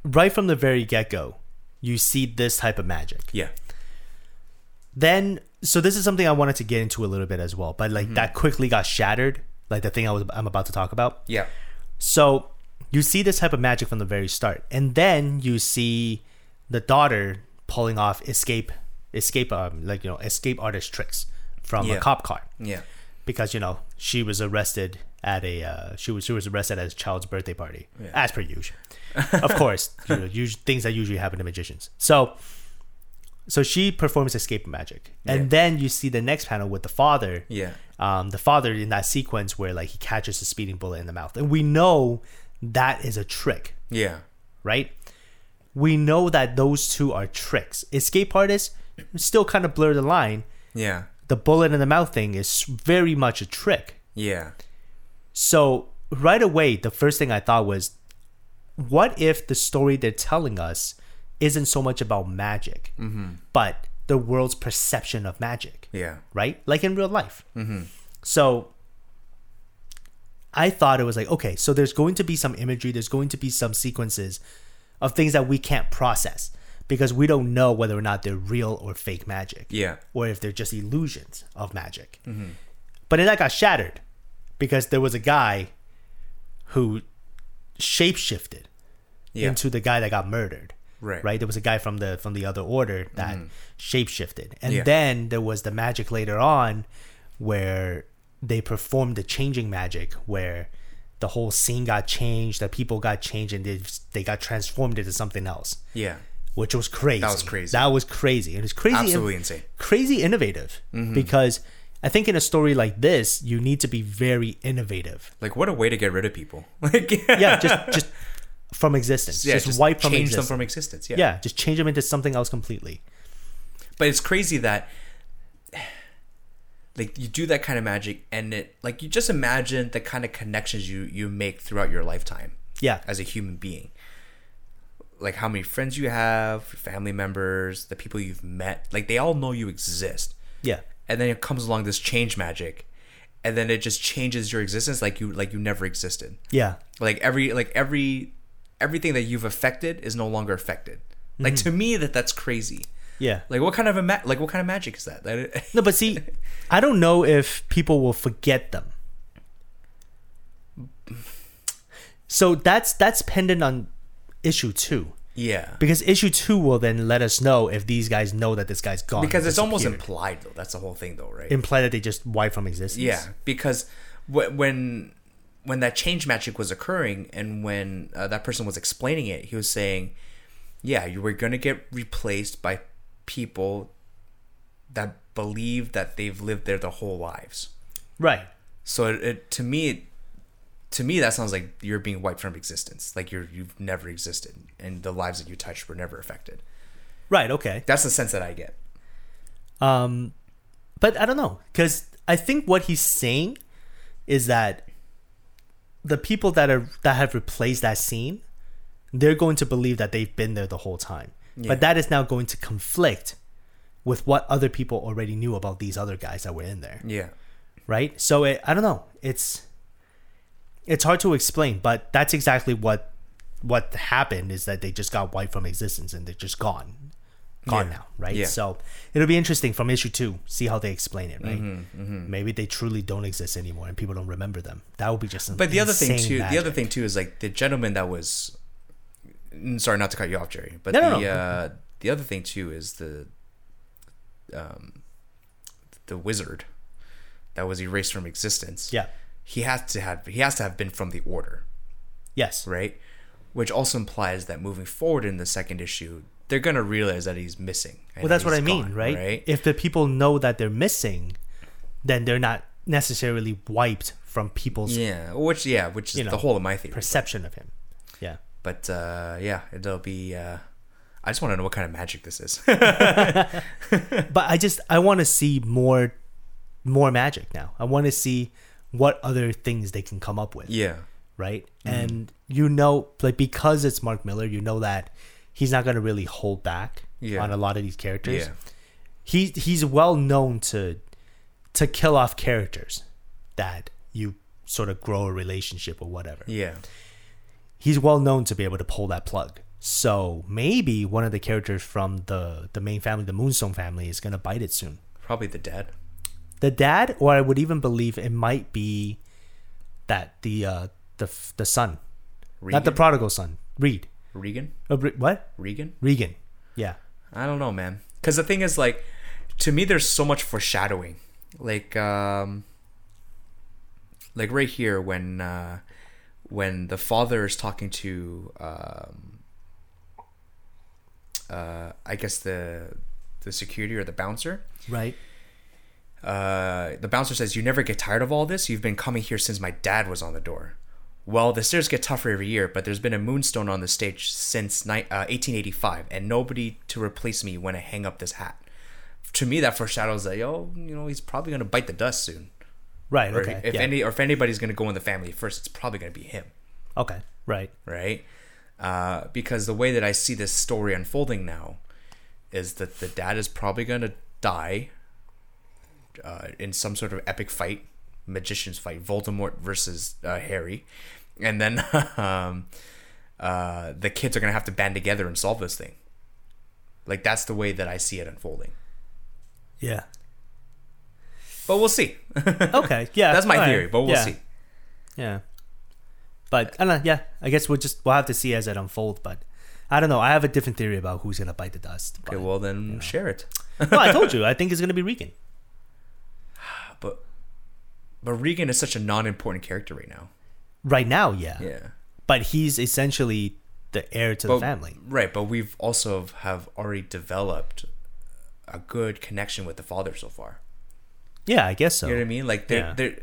right from the very get-go you see this type of magic
Yeah.
then so this is something i wanted to get into a little bit as well but like
Mm-hmm.
that quickly got shattered like the thing i was i'm about to talk about
Yeah.
So you see this type of magic from the very start, and then you see the daughter pulling off escape, escape, um, like you know, escape artist tricks from
Yeah.
a cop car
Yeah.
because you know she was arrested at a uh, she was she was arrested at a child's birthday party as per usual. of course, you know, usu things that usually happen to magicians. So, so she performs escape magic, and
Yeah.
then you see the next panel with the father
Yeah.
um, the father in that sequence where like he catches a speeding bullet in the mouth, and we know that is a trick,
Yeah.
right? We know that those two are tricks. Escape artists still kind of blur the line.
Yeah.
The bullet in the mouth thing is very much a trick.
Yeah.
So right away, the first thing I thought was, what if the story they're telling us isn't so much about magic, but the world's perception of magic?
Yeah.
right? Like in real life. So I thought it was like, okay, so there's going to be some imagery, there's going to be some sequences of things that we can't process because we don't know whether or not they're real or fake magic
Yeah.
or if they're just illusions of magic. But then that got shattered because there was a guy who shapeshifted
Yeah.
into the guy that got murdered.
Right. Mm-hmm.
Right. There was a guy from the from the other order that shapeshifted, and
Yeah.
then there was the magic later on, where they performed the changing magic, where the whole scene got changed, the people got changed, and they they got transformed into something else,
yeah.
which was crazy.
That was crazy.
That was crazy. It was crazy.
Absolutely Mm-hmm. insane.
Crazy innovative because. I think in a story like this, you need to be very innovative.
Like what a way to get rid of people. Like
Yeah, just just from existence,
yeah,
just, wipe from
change
existence.
them from existence. Yeah.
yeah, just change them into something else completely.
But it's crazy that like you do that kind of magic and it like you just imagine the kind of connections you you make throughout your lifetime
Yeah.
as a human being. Like how many friends you have, family members, the people you've met, like they all know you exist.
Yeah.
And then it comes along this change magic and then it just changes your existence like you like you never existed.
Yeah.
like every like every everything that you've affected is no longer affected like to me that that's crazy
Yeah.
like what kind of a ma- like what kind of magic is that, that it-
No, but see, I don't know if people will forget them. So that's that's pendant on issue 2
yeah
because issue 2 will then let us know if these guys know that this guy's gone.
because it's almost
disappeared.
implied though that's the whole thing though right
imply that they just wiped from existence.
yeah because wh- when when that change magic was occurring and when uh, that person was explaining it he was saying yeah you were going to get replaced by people that believe that they've lived there their whole lives
Right.
So it, it to me, it, to me that sounds like you're being wiped from existence. Like you're you've never existed, and the lives that you touched were never affected.
Right, okay.
That's the sense that I get.
Um but I don't know cuz I think what he's saying is that the people that are that have replaced that scene they're going to believe that they've been there the whole time.
Yeah.
But that is now going to conflict with what other people already knew about these other guys that were in there,
Yeah,
right? So it, I don't know. It's it's hard to explain, but that's exactly what what happened is that they just got wiped from existence and they're just gone. gone
Yeah.
now, right?
Yeah.
So it'll be interesting from issue two, see how they explain it, right?
Mm-hmm,
Maybe they truly don't exist anymore and people don't remember them. That would be just an
But the other thing
insane
too, the
magic.
other thing too is like the gentleman that was. n- Sorry, not to cut you off, Jerry. But
No, no,
the
no.
Uh, the other thing too is the, um, the wizard, that was erased from existence.
yeah,
he has to have he has to have been from the order,
yes,
right? Which also implies that moving forward in the second issue, they're gonna realize that he's missing. and
well, that's what
he's
I mean,
gone,
right?
Right.
If the people know that they're missing, then they're not necessarily wiped from people's
yeah. Which yeah, which is
You know,
the whole of my theory.
perception of him. Yeah.
But uh, yeah, it'll be. Uh, I just want to know what kind of magic this is.
but I just I want to see more more magic now. I want to see what other things they can come up with,
yeah. Mm-hmm.
right? And you know, like because it's Mark Miller, you know that he's not going to really hold back
Yeah.
on a lot of these characters.
Yeah.
He he's well known to to kill off characters that you sort of grow a relationship or whatever
Yeah.
he's well known to be able to pull that plug. So maybe one of the characters from the the main family, the Moonstone family, is gonna bite it soon.
Probably the dad.
The dad, or I would even believe it might be that the uh, the f- the son,
Regan.
not the prodigal son, Reed.
Regan.
Uh, Re- what
Regan.
Regan? Yeah,
I don't know, man. Because the thing is, like, to me, there's so much foreshadowing. Like, um, like right here when uh, when the father is talking to, um, uh, I guess the the security or the bouncer.
right.
Uh, the bouncer says, "You never get tired of all this. You've been coming here since my dad was on the door." Well, the stairs get tougher every year, but there's been a moonstone on the stage since ni- uh, 1885, and nobody to replace me when I hang up this hat. To me, that foreshadows that yo, you know, he's probably gonna bite the dust soon.
Right.
Or
Okay.
if
yeah.
any, or if anybody's gonna go in the family first, it's probably gonna be him
okay. Right.
right? Uh, because the way that I see this story unfolding now is that the dad is probably going to die uh, in some sort of epic fight, magician's fight, Voldemort versus uh, Harry, and then um, uh, the kids are going to have to band together and solve this thing. Like that's the way that I see it unfolding.
Yeah.
But we'll see.
Okay. Yeah.
That's my
alright,
theory. But we'll
yeah,
see.
Yeah. But I don't know. Yeah. I guess we'll just we'll have to see as it unfolds. But I don't know. I have a different theory about who's gonna bite the dust.
Okay,
but-
well then share it.
no, I told you. I think it's gonna be Regan.
But but Regan is such a non-important character right now.
Right now, yeah.
Yeah.
But he's essentially the heir to the
But-
family.
Right, but we've also have already developed a good connection with the father so far.
Yeah, I guess so.
You know what I mean? Like they're
Yeah.
they're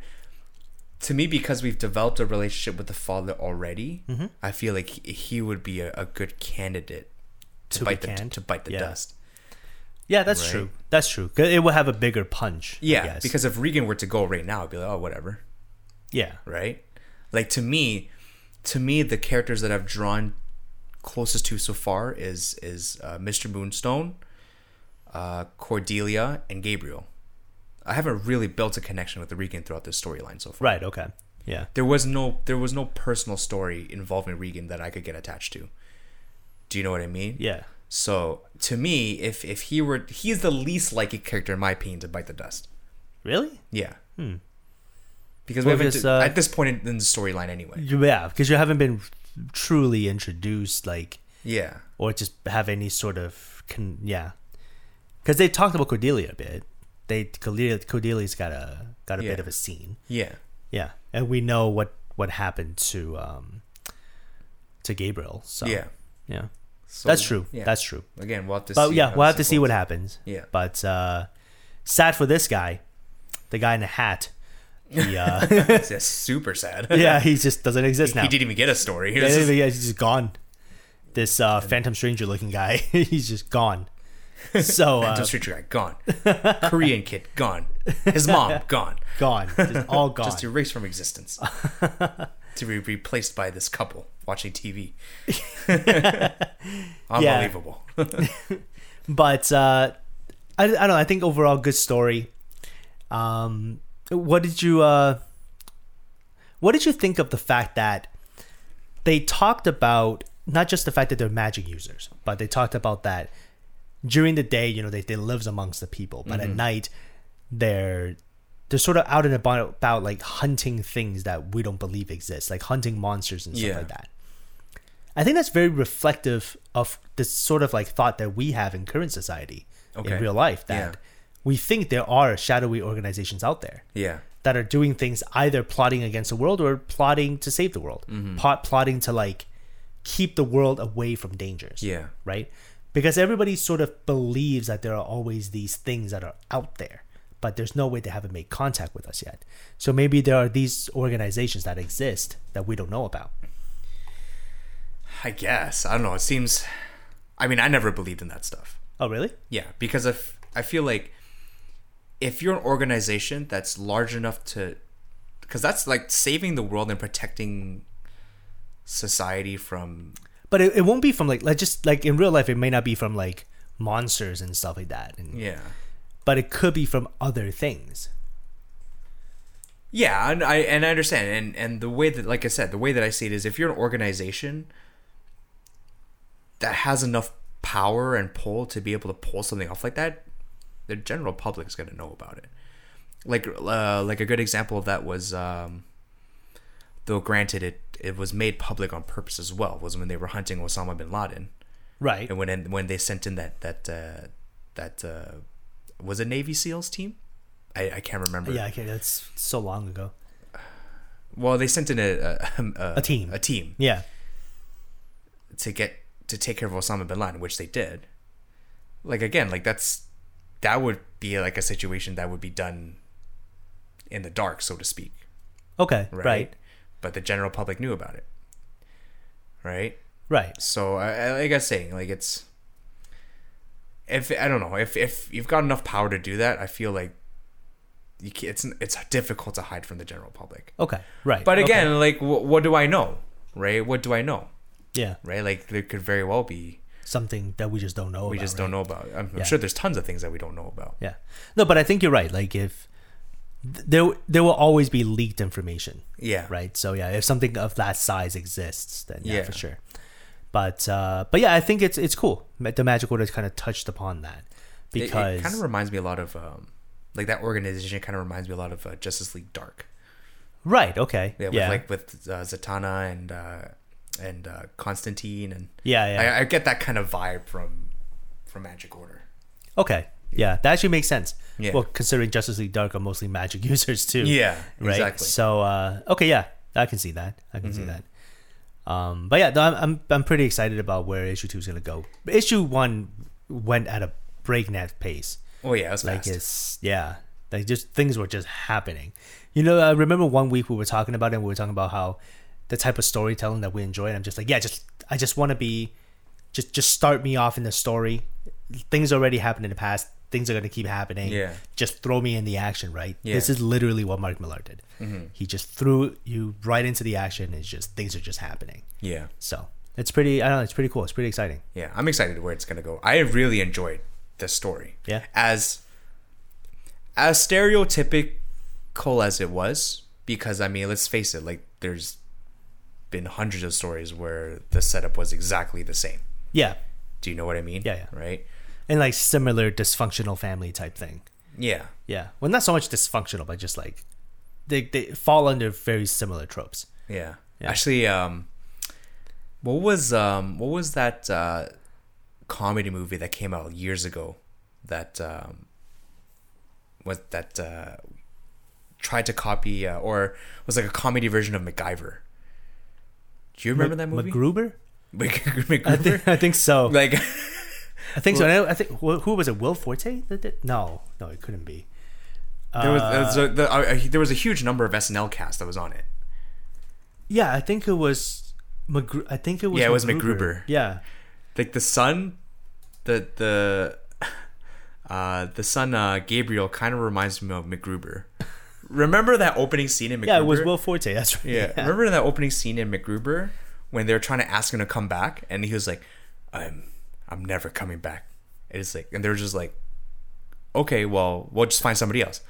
to me because we've developed a relationship with the father already.
Mm-hmm.
I feel like he- he would be a, a good candidate to,
To be
bite the
canned?
to bite the
Yeah.
dust.
Yeah, that's
Right.
true. That's true. 'Cause It will have a bigger punch. I
Yeah,
guess.
because if Regan were to go right now, I'd be like, oh, whatever.
yeah,
right? Like to me, to me, the characters that I've drawn closest to so far is is uh, Mr. Moonstone, uh, Cordelia, and Gabriel. I haven't really built a connection with the Regan throughout this storyline so far.
right. Okay. Yeah.
There was no there was no personal story involving Regan that I could get attached to. Do you know what I mean?
Yeah.
So to me, if if he were he is the least likely character in my opinion to bite the dust.
Really?
Yeah. Hmm. Because
Well,
we haven't
because, uh,
at this point in, in the storyline anyway.
You- Yeah, because you haven't been truly introduced, like,
Yeah.
or just have any sort of con- yeah. Because they talked about Cordelia a bit. They Cordelia, Cordelia's got a got a
Yeah.
bit of a scene.
Yeah.
Yeah, and we know what what happened to um to Gabriel. So
Yeah.
yeah,
So,
that's true.
yeah.
That's true.
again. We'll have to.
But
see
yeah,
how
we'll
this
have to see what happens.
unfolds. Yeah.
But uh, sad for this guy, the guy in the hat. He, uh,
That's super sad.
yeah, he just doesn't exist now.
he didn't even get a story. He
Yeah,
was just-
yeah, he's just gone. This uh, phantom stranger looking guy, he's just gone. So uh,
Phantom Street guy gone. Korean kid gone. His mom gone.
gone, just all gone.
Just erased from existence. to be replaced by this couple watching TV. Unbelievable.
but uh, I, I don't know. I think overall good story. Um, what did you uh, what did you think of the fact that they talked about not just the fact that they're magic users, but they talked about that during the day, you know, they, they lives amongst the people, but at night, they're they're sort of out and about, about like hunting things that we don't believe exist, like hunting monsters and stuff
Yeah.
like that. I think that's very reflective of this sort of like thought that we have in current society
Okay.
in real life that
Yeah.
we think there are shadowy organizations out there
Yeah.
that are doing things either plotting against the world or plotting to save the world,
Mm-hmm.
Plot, plotting to like keep the world away from dangers
Yeah.
right? Because everybody sort of believes that there are always these things that are out there, but there's no way they haven't made contact with us yet. So maybe there are these organizations that exist that we don't know about.
I guess. I don't know. It seems I mean, I never believed in that stuff.
Oh, really?
Yeah, because if I feel like if you're an organization that's large enough to, because that's like saving the world and protecting society from.
But it, it won't be from like like just like in real life, it may not be from like monsters and stuff like that. And,
Yeah.
But it could be from other things.
Yeah, and I and I understand, and and the way that, like I said, the way that I see it is, if you're an organization that has enough power and pull to be able to pull something off like that, the general public is going to know about it. Like uh, like a good example of that was, um, though granted it it was made public on purpose as well, was when they were hunting Osama bin Laden,
Right.
and when when they sent in that that uh, that uh, was it Navy SEAls team. I, I can't remember.
Yeah, okay, that's so long ago.
Well, they sent in a a, a
A team.
a team
Yeah.
to get to take care of Osama bin Laden, which they did. Like again, like that's that would be like a situation that would be done in the dark, so to speak,
Okay.
right?
Right.
But the general public knew about it, right?
Right.
So I, I like I was saying, like it's if I don't know if if you've got enough power to do that, I feel like you ca it's it's difficult to hide from the general public.
Okay. Right.
But
Okay.
again, like wh- what do I know, right? What do I know,
yeah,
right? Like there could very well be
something that we just don't know.
we
about,
just
right?
don't know about. I'm, I'm
Yeah.
sure there's tons of things that we don't know about.
Yeah. No, but I think you're right. Like if th- there there will always be leaked information,
Yeah.
right? So yeah, if something of that size exists, then yeah,
Yeah.
for sure. But uh but yeah, I think it's it's cool. Ma- The magic word has kind of touched upon that
It-
because
it, kind of reminds me a lot of um, like that organization kind of reminds me a lot of uh, Justice League Dark.
right, okay.
Yeah.
Yeah.
With, Like with uh, Zatanna and uh, and uh, Constantine and
yeah, yeah.
I, I get that kind of vibe from from Magic Order.
okay. Yeah, that actually makes sense.
Yeah.
Well, considering Justice League Dark are mostly magic users too.
Yeah.
Mm. right?
Exactly. Mm-hmm.
So uh, okay, yeah, I can see that. I can see that. Um, but yeah, no, I'm, I'm I'm pretty excited about where issue two is gonna go. Issue one went at a breakneck pace.
oh yeah, it was
Like
fast.
it's yeah, like just things were just happening. You know, I remember one week we were talking about it. and We were talking about how the type of storytelling that we enjoy, and I'm just like, yeah, just I just want to be, just just start me off in the story. Things already happened in the past. Things are gonna keep happening.
Yeah.
Just throw me in the action, right?
Yeah. Mm-hmm.
This is literally what Mark Millar did. He just threw you right into the action. It's just things are just happening.
Yeah.
So it's pretty. I don't know. It's pretty cool. It's pretty exciting.
Yeah, I'm excited where it's gonna go. I really enjoyed the story.
Yeah.
As as stereotypical as it was, because I mean, let's face it, like there's been hundreds of stories where the setup was exactly the same.
Yeah.
Do you know what I mean?
Yeah, yeah.
Right?
And like similar dysfunctional family type thing.
Yeah.
Yeah. Well, not so much dysfunctional, but just like they they fall under very similar tropes.
Yeah. Actually, um what was um what was that uh comedy movie that came out years ago that um was that uh tried to copy uh, or was like a comedy version of MacGyver. Do you remember that movie?
MacGruber?
Mac-
I
MacGruber?
think I think so.
like
I think so. And I, I think who, who was it? Will Forte? That did- No, no, it couldn't be.
there was, there was a, the, uh, there was a huge number of SNL cast that was on it.
Yeah, I think it was. McGru- I think it was.
Yeah, it was MacGruber.
Yeah,
like the son the the uh the son uh gabriel kind of reminds me of mcgruber remember that opening scene in mcgruber
yeah, it was Will Forte. That's right.
yeah. remember that opening scene in mcgruber when they were trying to ask him to come back and he was like i'm i'm never coming back and it's like and they're just like okay well we'll just find somebody else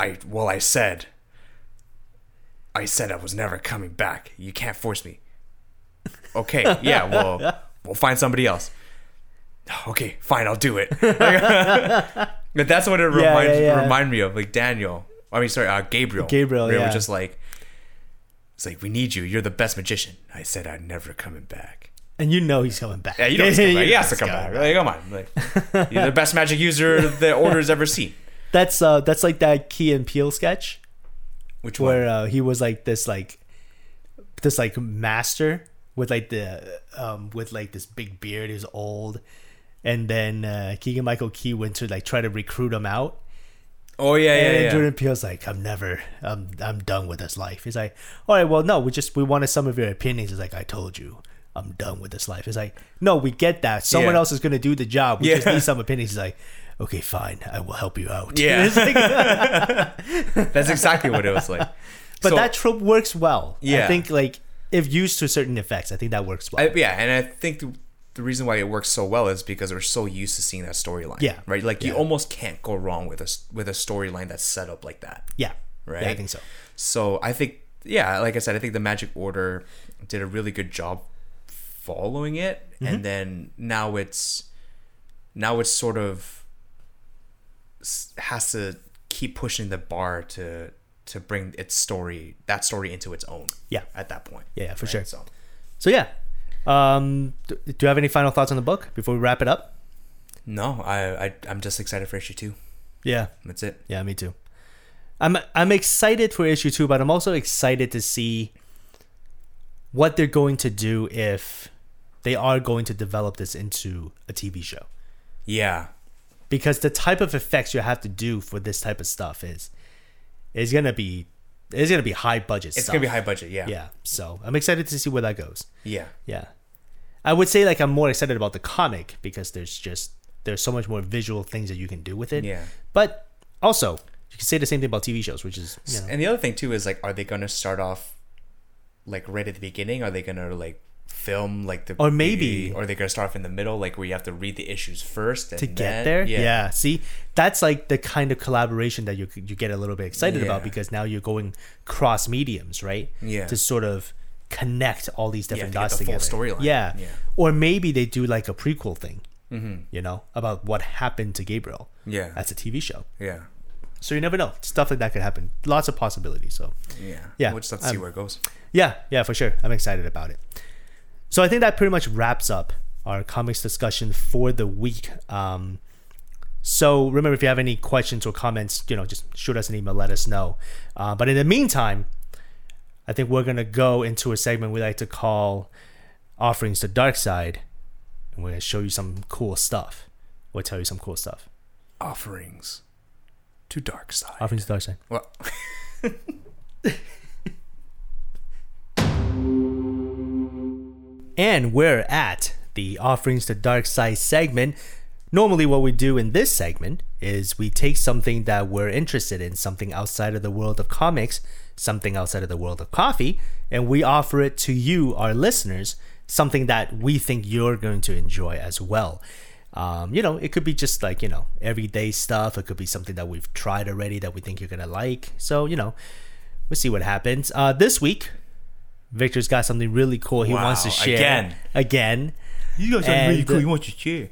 i well i said i said i was never coming back you can't force me okay yeah well we'll find somebody else okay, fine, I'll do it. but that's what it reminds
Yeah, yeah, yeah.
remind me of, like Daniel. I mean, sorry, uh, Gabriel.
Gabriel,
They were
yeah.
just like, it's like we need you. You're the best magician. I said I'm never coming back.
And you know he's coming back.
Yeah, you know he's coming back. He
know
has to
he's
come back.
coming
Like, come on, like, you're the best magic user the order's ever seen.
That's uh, that's like that Key and Peel sketch
Which one?
where uh, he was like this like this like master with like the um with like this big beard he was old and then uh, Keegan Michael Key went to like try to recruit him out
Oh yeah, yeah,
and then
yeah.
Jordan Peele's like I'm never I'm I'm done with this life he's like all right well no we just we wanted some of your opinions he's like I told you I'm done with this life he's like no we get that someone
Yeah.
else is gonna do the job we just
Yeah.
need some opinions he's like okay fine I will help you out
Yeah.
It's like-
That's exactly what it was like.
But
So-
that trope works well. I
Yeah.
think like if used to certain effects, I think that works well.
I, yeah, and I think the, the reason why it works so well is because we're so used to seeing that storyline.
Yeah.
right. Like
Yeah.
you almost can't go wrong with a s- with a storyline that's set up like that.
yeah.
Right.
Yeah, I think so.
So I think yeah, like I said, I think the Magic Order did a really good job following it, and then now it's now it's sort of s- has to keep pushing the bar to to bring its story that story into its own.
Yeah.
at that point.
Yeah, yeah, for sure.
So.
So yeah. Um, do, do you have any final thoughts on the book before we wrap it up?
No, I, I I'm just excited for issue two.
Yeah.
That's it.
Yeah, me too. I'm I'm excited for issue two, but I'm also excited to see what they're going to do if they are going to develop this into a TV show.
Yeah,
because the type of effects you have to do for this type of stuff is is gonna be it's gonna be high budget.
it's
stuff.
gonna be high budget. Yeah,
yeah. So I'm excited to see where that goes.
yeah,
Yeah, I would say like I'm more excited about the comic because there's just there's so much more visual things that you can do with it.
Yeah.
but also you can say the same thing about TV shows, which is you know,
And the other thing too is like, are they gonna start off like right at the beginning? Are they gonna like film like the
Or maybe-
the- or are they gonna start off in the middle, like where you have to read the issues first and
to get
then-
there. Yeah. See, that's like the kind of collaboration that you you get a little bit excited about
Yeah.
because now you're going cross mediums, right?
Yeah.
To sort of connect all these different
to get
dots
the full
together.
storyline.
Yeah.
Yeah. Mm-hmm.
Or maybe they do like a prequel thing. You know about what happened to Gabriel.
Yeah.
That's a TV show.
yeah,
So you never know. Stuff like that could happen. Lots of possibilities. So
yeah,
Yeah,
We'll just have to see
um,
where it goes.
yeah, yeah, for sure. I'm excited about it. So I think that pretty much wraps up our comics discussion for the week. Um, so remember, if you have any questions or comments, you know, just shoot us an email, let us know. Uh, but in the meantime, I think we're gonna go into a segment we like to call "Offerings to Dark Side," and we're gonna show you some cool stuff. We'll tell you some cool stuff.
Offerings to dark side.
Offerings to Dark Side.
well,
And we're at the Offerings to Dark Side segment. Normally, what we do in this segment is we take something that we're interested in, something outside of the world of comics, something outside of the world of coffee, and we offer it to you, our listeners, something that we think you're going to enjoy as well. Um, you know, it could be just like, you know, everyday stuff. It could be something that we've tried already that we think you're going to like. So, you know, we'll see what happens. Uh, this week, Victor's got something really cool he wants to
Wow,
share.
again.
Again.
you guys
are really And, cool. You
want your chair?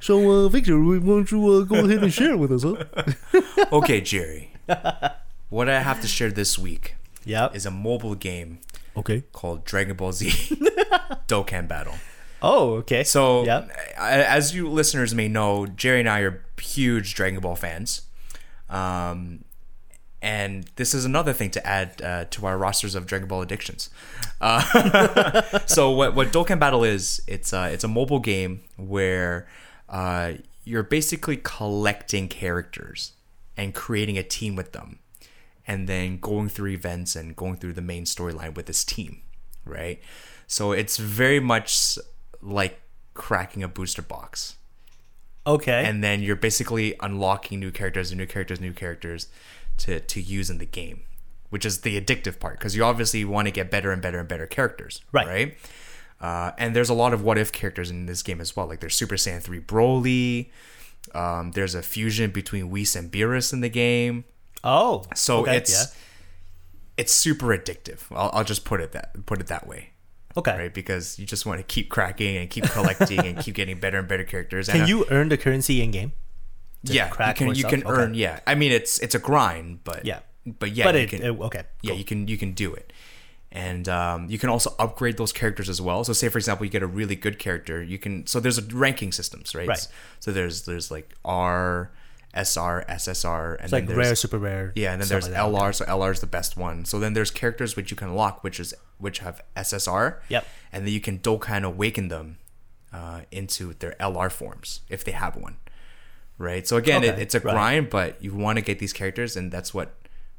So, uh, Victor, why don't you uh, go ahead and share with us, huh?
okay, Jerry. what I have to share this week
Yep.
is a mobile game
Okay.
called Dragon Ball Z Dokkan Battle.
Oh, okay.
So,
Yep.
a- as you listeners may know, Jerry and I are huge Dragon Ball fans. Um, and this is another thing to add uh, to our rosters of Dragon Ball addictions. Uh, so what what Dokkan Battle is? It's a, it's a mobile game where uh, you're basically collecting characters and creating a team with them, and then going through events and going through the main storyline with this team, right? So it's very much like cracking a booster box
Okay.
and then you're basically unlocking new characters and new characters new characters to to use in the game which is the addictive part because you obviously want to get better and better and better characters
Right.
right uh, and there's a lot of what if characters in this game as well like there's super saiyan 3 broly um, there's a fusion between Whis and Beerus in the game
oh.
so
okay,
it's it's super addictive I'll, I'll just put it that put it that way
Okay.
Right? Because you just want to keep cracking and keep collecting and keep getting better and better characters.
Can
and
you earn the currency in game?
yeah,
crack
you
more
can you
stuff?
can
Okay.
earn yeah. I mean it's it's a grind, but
Yeah.
but yeah,
but
you
it,
can,
it- okay.
yeah you can you can do it and um, you can also upgrade those characters as well so say for example you get a really good character you can so there's a ranking systems right,
Right.
so there's there's like r sr ssr and
Like
then
rare,
there's
super rare.
yeah and then
stuff
there's
like that.
lr so lr is the best one so then there's characters which you can lock which is which have ssr
Yep.
and then you can dokkan awaken them uh, into their lr forms if they have one right so again it,
Okay,
it's a
right.
grind but you want to get these characters and that's what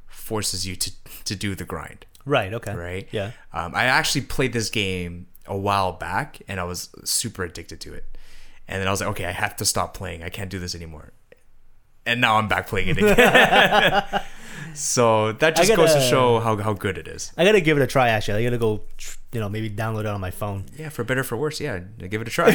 forces you to to do the grind
Right. Okay.
right?
Yeah.
Um, I actually played this game a while back, and I was super addicted to it. And then I was like, okay, I have to stop playing. I can't do this anymore. And now I'm back playing it again. so that just goes to
gotta-
show how, how good it is.
I gotta give it a try. Actually, I gotta go. tr- You know, maybe download it on my phone
Yeah, for better or for worse, yeah, give it a try.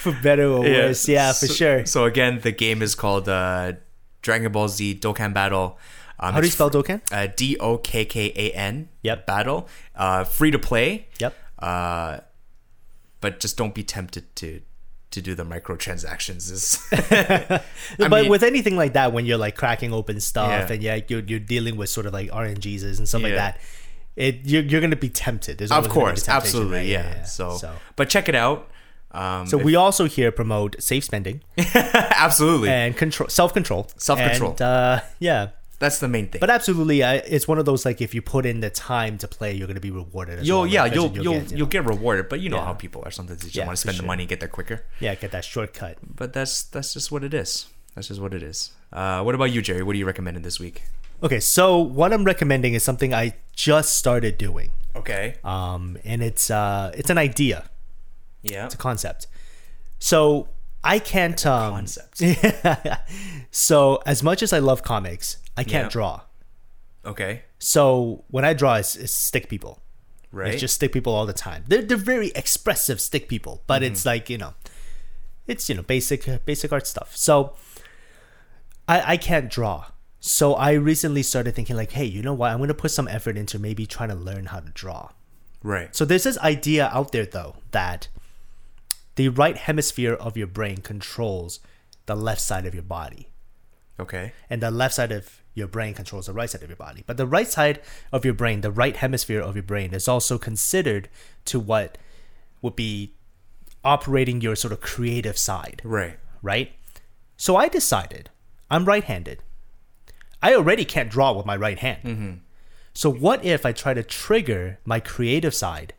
for better or worse. Yeah, for
So-
sure.
So again, the game is called uh, Dragon Ball Z Dokkan Battle. Um,
How do you
it's
spell Dokkan?
uh, D O K K A N.
Yep.
Battle. Uh, free to play.
Yep.
Uh, but just don't be tempted to to do the microtransactions. Is I
but
mean-
with anything like that, when you're like cracking open stuff
Yeah.
and yeah, you're, you're dealing with sort of like RNGs and stuff like
Yeah.
that, it you're, you're gonna be tempted. There's
of
always gonna be
course,
temptation,
absolutely,
right?
yeah. So,
so.
but check it out. Um,
So we also here promote safe spending
absolutely,
and control, self control,
Self-control.
And, uh, yeah,
that's the main thing.
but absolutely, uh, it's one of those like if you put in the time to play, you're gonna be rewarded. As
you'll
well,
yeah
right? 'Cause
you'll you'll
get, you
you'll
know,
get rewarded, but you know how people are. Sometimes they just
Yeah,
want to
for
spend the
sure.
money and get there quicker.
yeah get that shortcut.
But that's that's just what it is. That's just what it is. Uh, what about you, Jerry? What are you recommending this week?
Okay, so what I'm recommending is something I just started doing,
Okay.
um, and it's uh, it's an idea.
Yeah.
It's a concept. So I can't. Um,
Concept.
so as much as I love comics, I can't
Yeah.
draw.
Okay.
So when I draw, it's, it's stick people.
Right.
It's just stick people all the time. They're they're very expressive stick people, but
Mm-hmm.
it's like you know, it's you know basic basic art stuff. So I I can't draw. So I recently started thinking like, hey, you know what? I'm gonna put some effort into maybe trying to learn how to draw.
right.
So there's this idea out there though that the right hemisphere of your brain controls the left side of your body
Okay.
and the left side of your brain controls the right side of your body. But the right side of your brain, the right hemisphere of your brain, is also considered to what would be operating your sort of creative side,
Right.
right? So I decided I'm right handed. I already can't draw with my right hand. So what if I try to trigger my creative side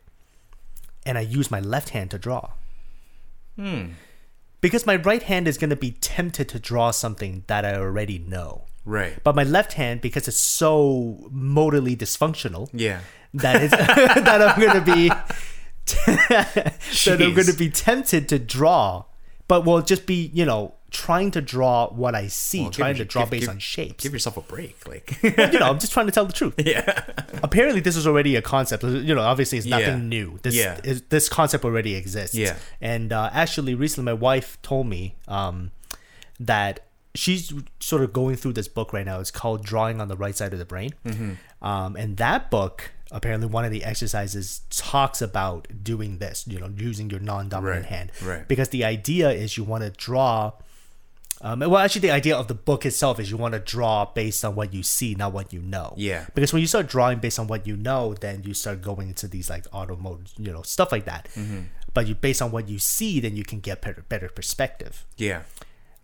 and I use my left hand to draw? Because my right hand is going to be tempted to draw something that I already know.
Right.
But my left hand, because it's so motorly dysfunctional,
Yeah.
that it's that I'm gonna be that I'm
Jeez.
gonna be tempted to draw, but will just be you know trying to draw what I see,
give
trying
your-
to draw
give-
based
give-
on shapes.
Give yourself a break. Like.
you know, I'm just trying to tell the truth.
yeah.
Apparently, this is already a concept. You know, obviously, it's nothing
Yeah.
new. This
Yeah.
is, this concept already exists.
Yeah.
And uh, actually, recently, my wife told me um, that she's sort of going through this book right now. It's called Drawing on the Right Side of the Brain.
Mm-hmm.
Um, and that book, apparently, one of the exercises talks about doing this. You know, using your non-dominant
Right,
hand.
right.
Because the idea is you want to draw. Um, well, actually, the idea of the book itself is you want to draw based on what you see, not what you know.
Yeah.
Because when you start drawing based on what you know, then you start going into these like auto mode, you know, stuff like that.
Mm-hmm.
But you based on what you see, then you can get better, better perspective.
Yeah.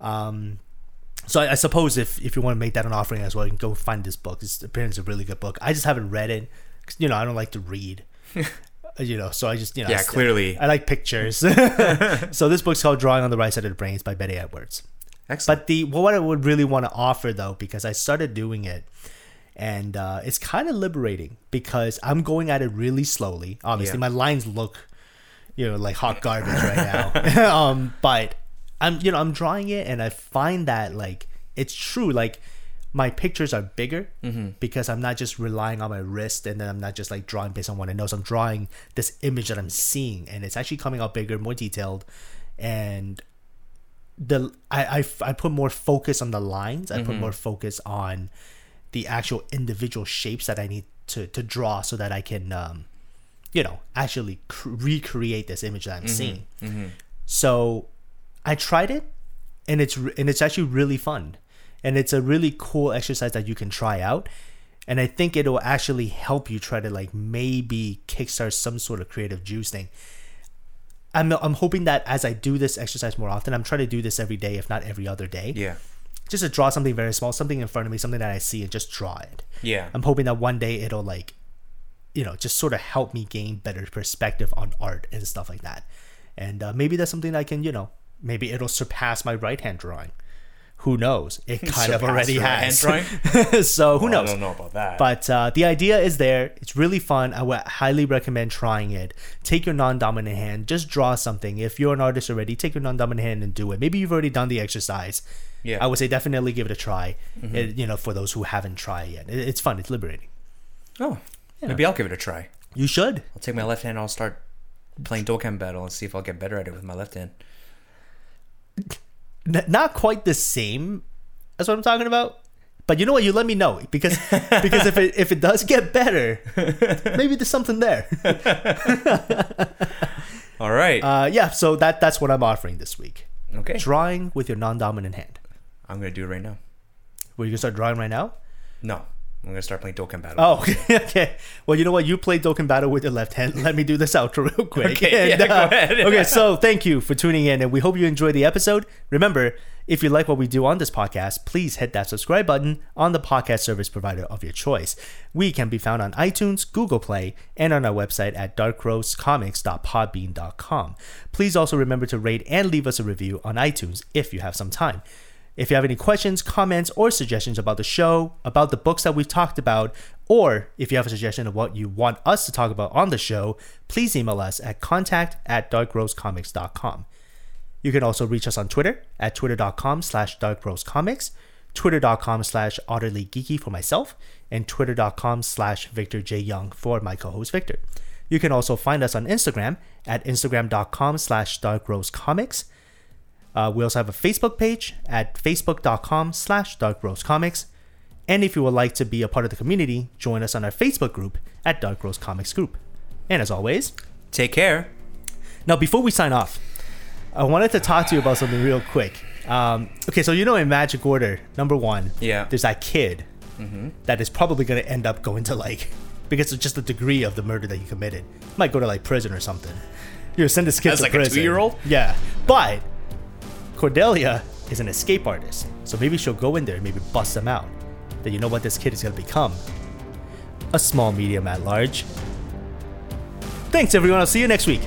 So I, I suppose if if you want to make that an offering as well, you can go find this book. It's apparently it's a really good book. I just haven't read it. 'cause, you know, I don't like to read. you know, so I just you know I
Yeah,
st-
clearly.
I like pictures. so this book's called Drawing on the Right Side of the Brain. It's by Betty Edwards.
Excellent.
But the what I would really want to offer though, because I started doing it, and uh, it's kind of liberating because I'm going at it really slowly. Obviously, my
Yeah.
lines look, you know, like hot garbage right now. um, but I'm you know I'm drawing it, and I find that like it's true. Like my pictures are bigger
Mm-hmm.
because I'm not just relying on my wrist, and then I'm not just like drawing based on what I know. So I'm drawing this image that I'm seeing, and it's actually coming out bigger, more detailed, and the I, I f- I put more focus on the lines. I put more focus on the actual individual shapes that I need to to draw so that I can um you know, actually cr- recreate this image that I'm seeing. So I tried it, and it's re- and it's actually really fun, and it's a really cool exercise that you can try out, and I think it'll actually help you try to like maybe kickstart some sort of creative juice thing. I'm I'm hoping that as I do this exercise more often, I'm trying to do this every day, if not every other day
Yeah.
just to draw something very small, something in front of me, something that I see, and just draw it.
Yeah.
I'm hoping that one day it'll like, you know, just sort of help me gain better perspective on art and stuff like that. And uh, maybe that's something that I can, you know, maybe it'll surpass my right hand drawing. Who knows? It kind of
Surpass
already
your
has.
right-hand
so who
I
knows?
don't know about that.
But uh, the idea is there. It's really fun. I would highly recommend trying it. Take your non-dominant hand, just draw something. If you're an artist already, take your non-dominant hand and do it. Maybe you've already done the exercise.
Yeah.
I would say definitely give it a try. It- you know, for those who haven't tried yet, It- it's fun. It's liberating.
oh, maybe I'll give it a try.
You should.
I'll take my left hand. I'll start playing Dokkan Battle and see if I'll get better at it with my left hand.
N- not quite the same as what I'm talking about. But you know what? You let me know because because if it if it does get better, maybe there's something there.
All right.
Uh, yeah. So that that's what I'm offering this week.
okay.
Drawing with your non-dominant hand.
I'm gonna do it right now.
Were you gonna start drawing right now?
No, I'm gonna start playing Dokkan Battle.
Oh, okay, okay. Well, you know what? You play Dokken Battle with your left hand. Let me do this outro real quick.
Okay,
And, uh,
yeah, go ahead.
okay, so thank you for tuning in, and we hope you enjoyed the episode. Remember, if you like what we do on this podcast, please hit that subscribe button on the podcast service provider of your choice. We can be found on iTunes, Google Play, and on our website at darkrowscomics.podbean.com. Please also remember to rate and leave us a review on iTunes if you have some time. If you have any questions, comments, or suggestions about the show, about the books that we've talked about, or if you have a suggestion of what you want us to talk about on the show, please email us at contact at darkrosecomics.com. You can also reach us on Twitter at twitter.com slash darkrosecomics, twitter.com slash otterlygeeky for myself, and twitter.com slash Victor J. Young for my co-host Victor. You can also find us on Instagram at instagram.com slash darkrosecomics. Uh, we also have a Facebook page at facebook.com slash Dark Rose Comics. And if you would like to be a part of the community, join us on our Facebook group at Dark Rose Comics Group. And as always,
Take care.
now before we sign off, I wanted to talk to you about something real quick. Um, okay, so you know in Magic Order, number one,
Yeah. Mm-hmm.
there's that kid that is probably going to end up going to like, because of just the degree of the murder that he committed, might go to like prison or something. You're send this kid
As,
to
like, a
prison.
two-year-old?
Yeah, but Cordelia is an escape artist, so maybe she'll go in there and maybe bust them out. Then you know what this kid is going to become? A small medium at large. Thanks, everyone. I'll see you next week.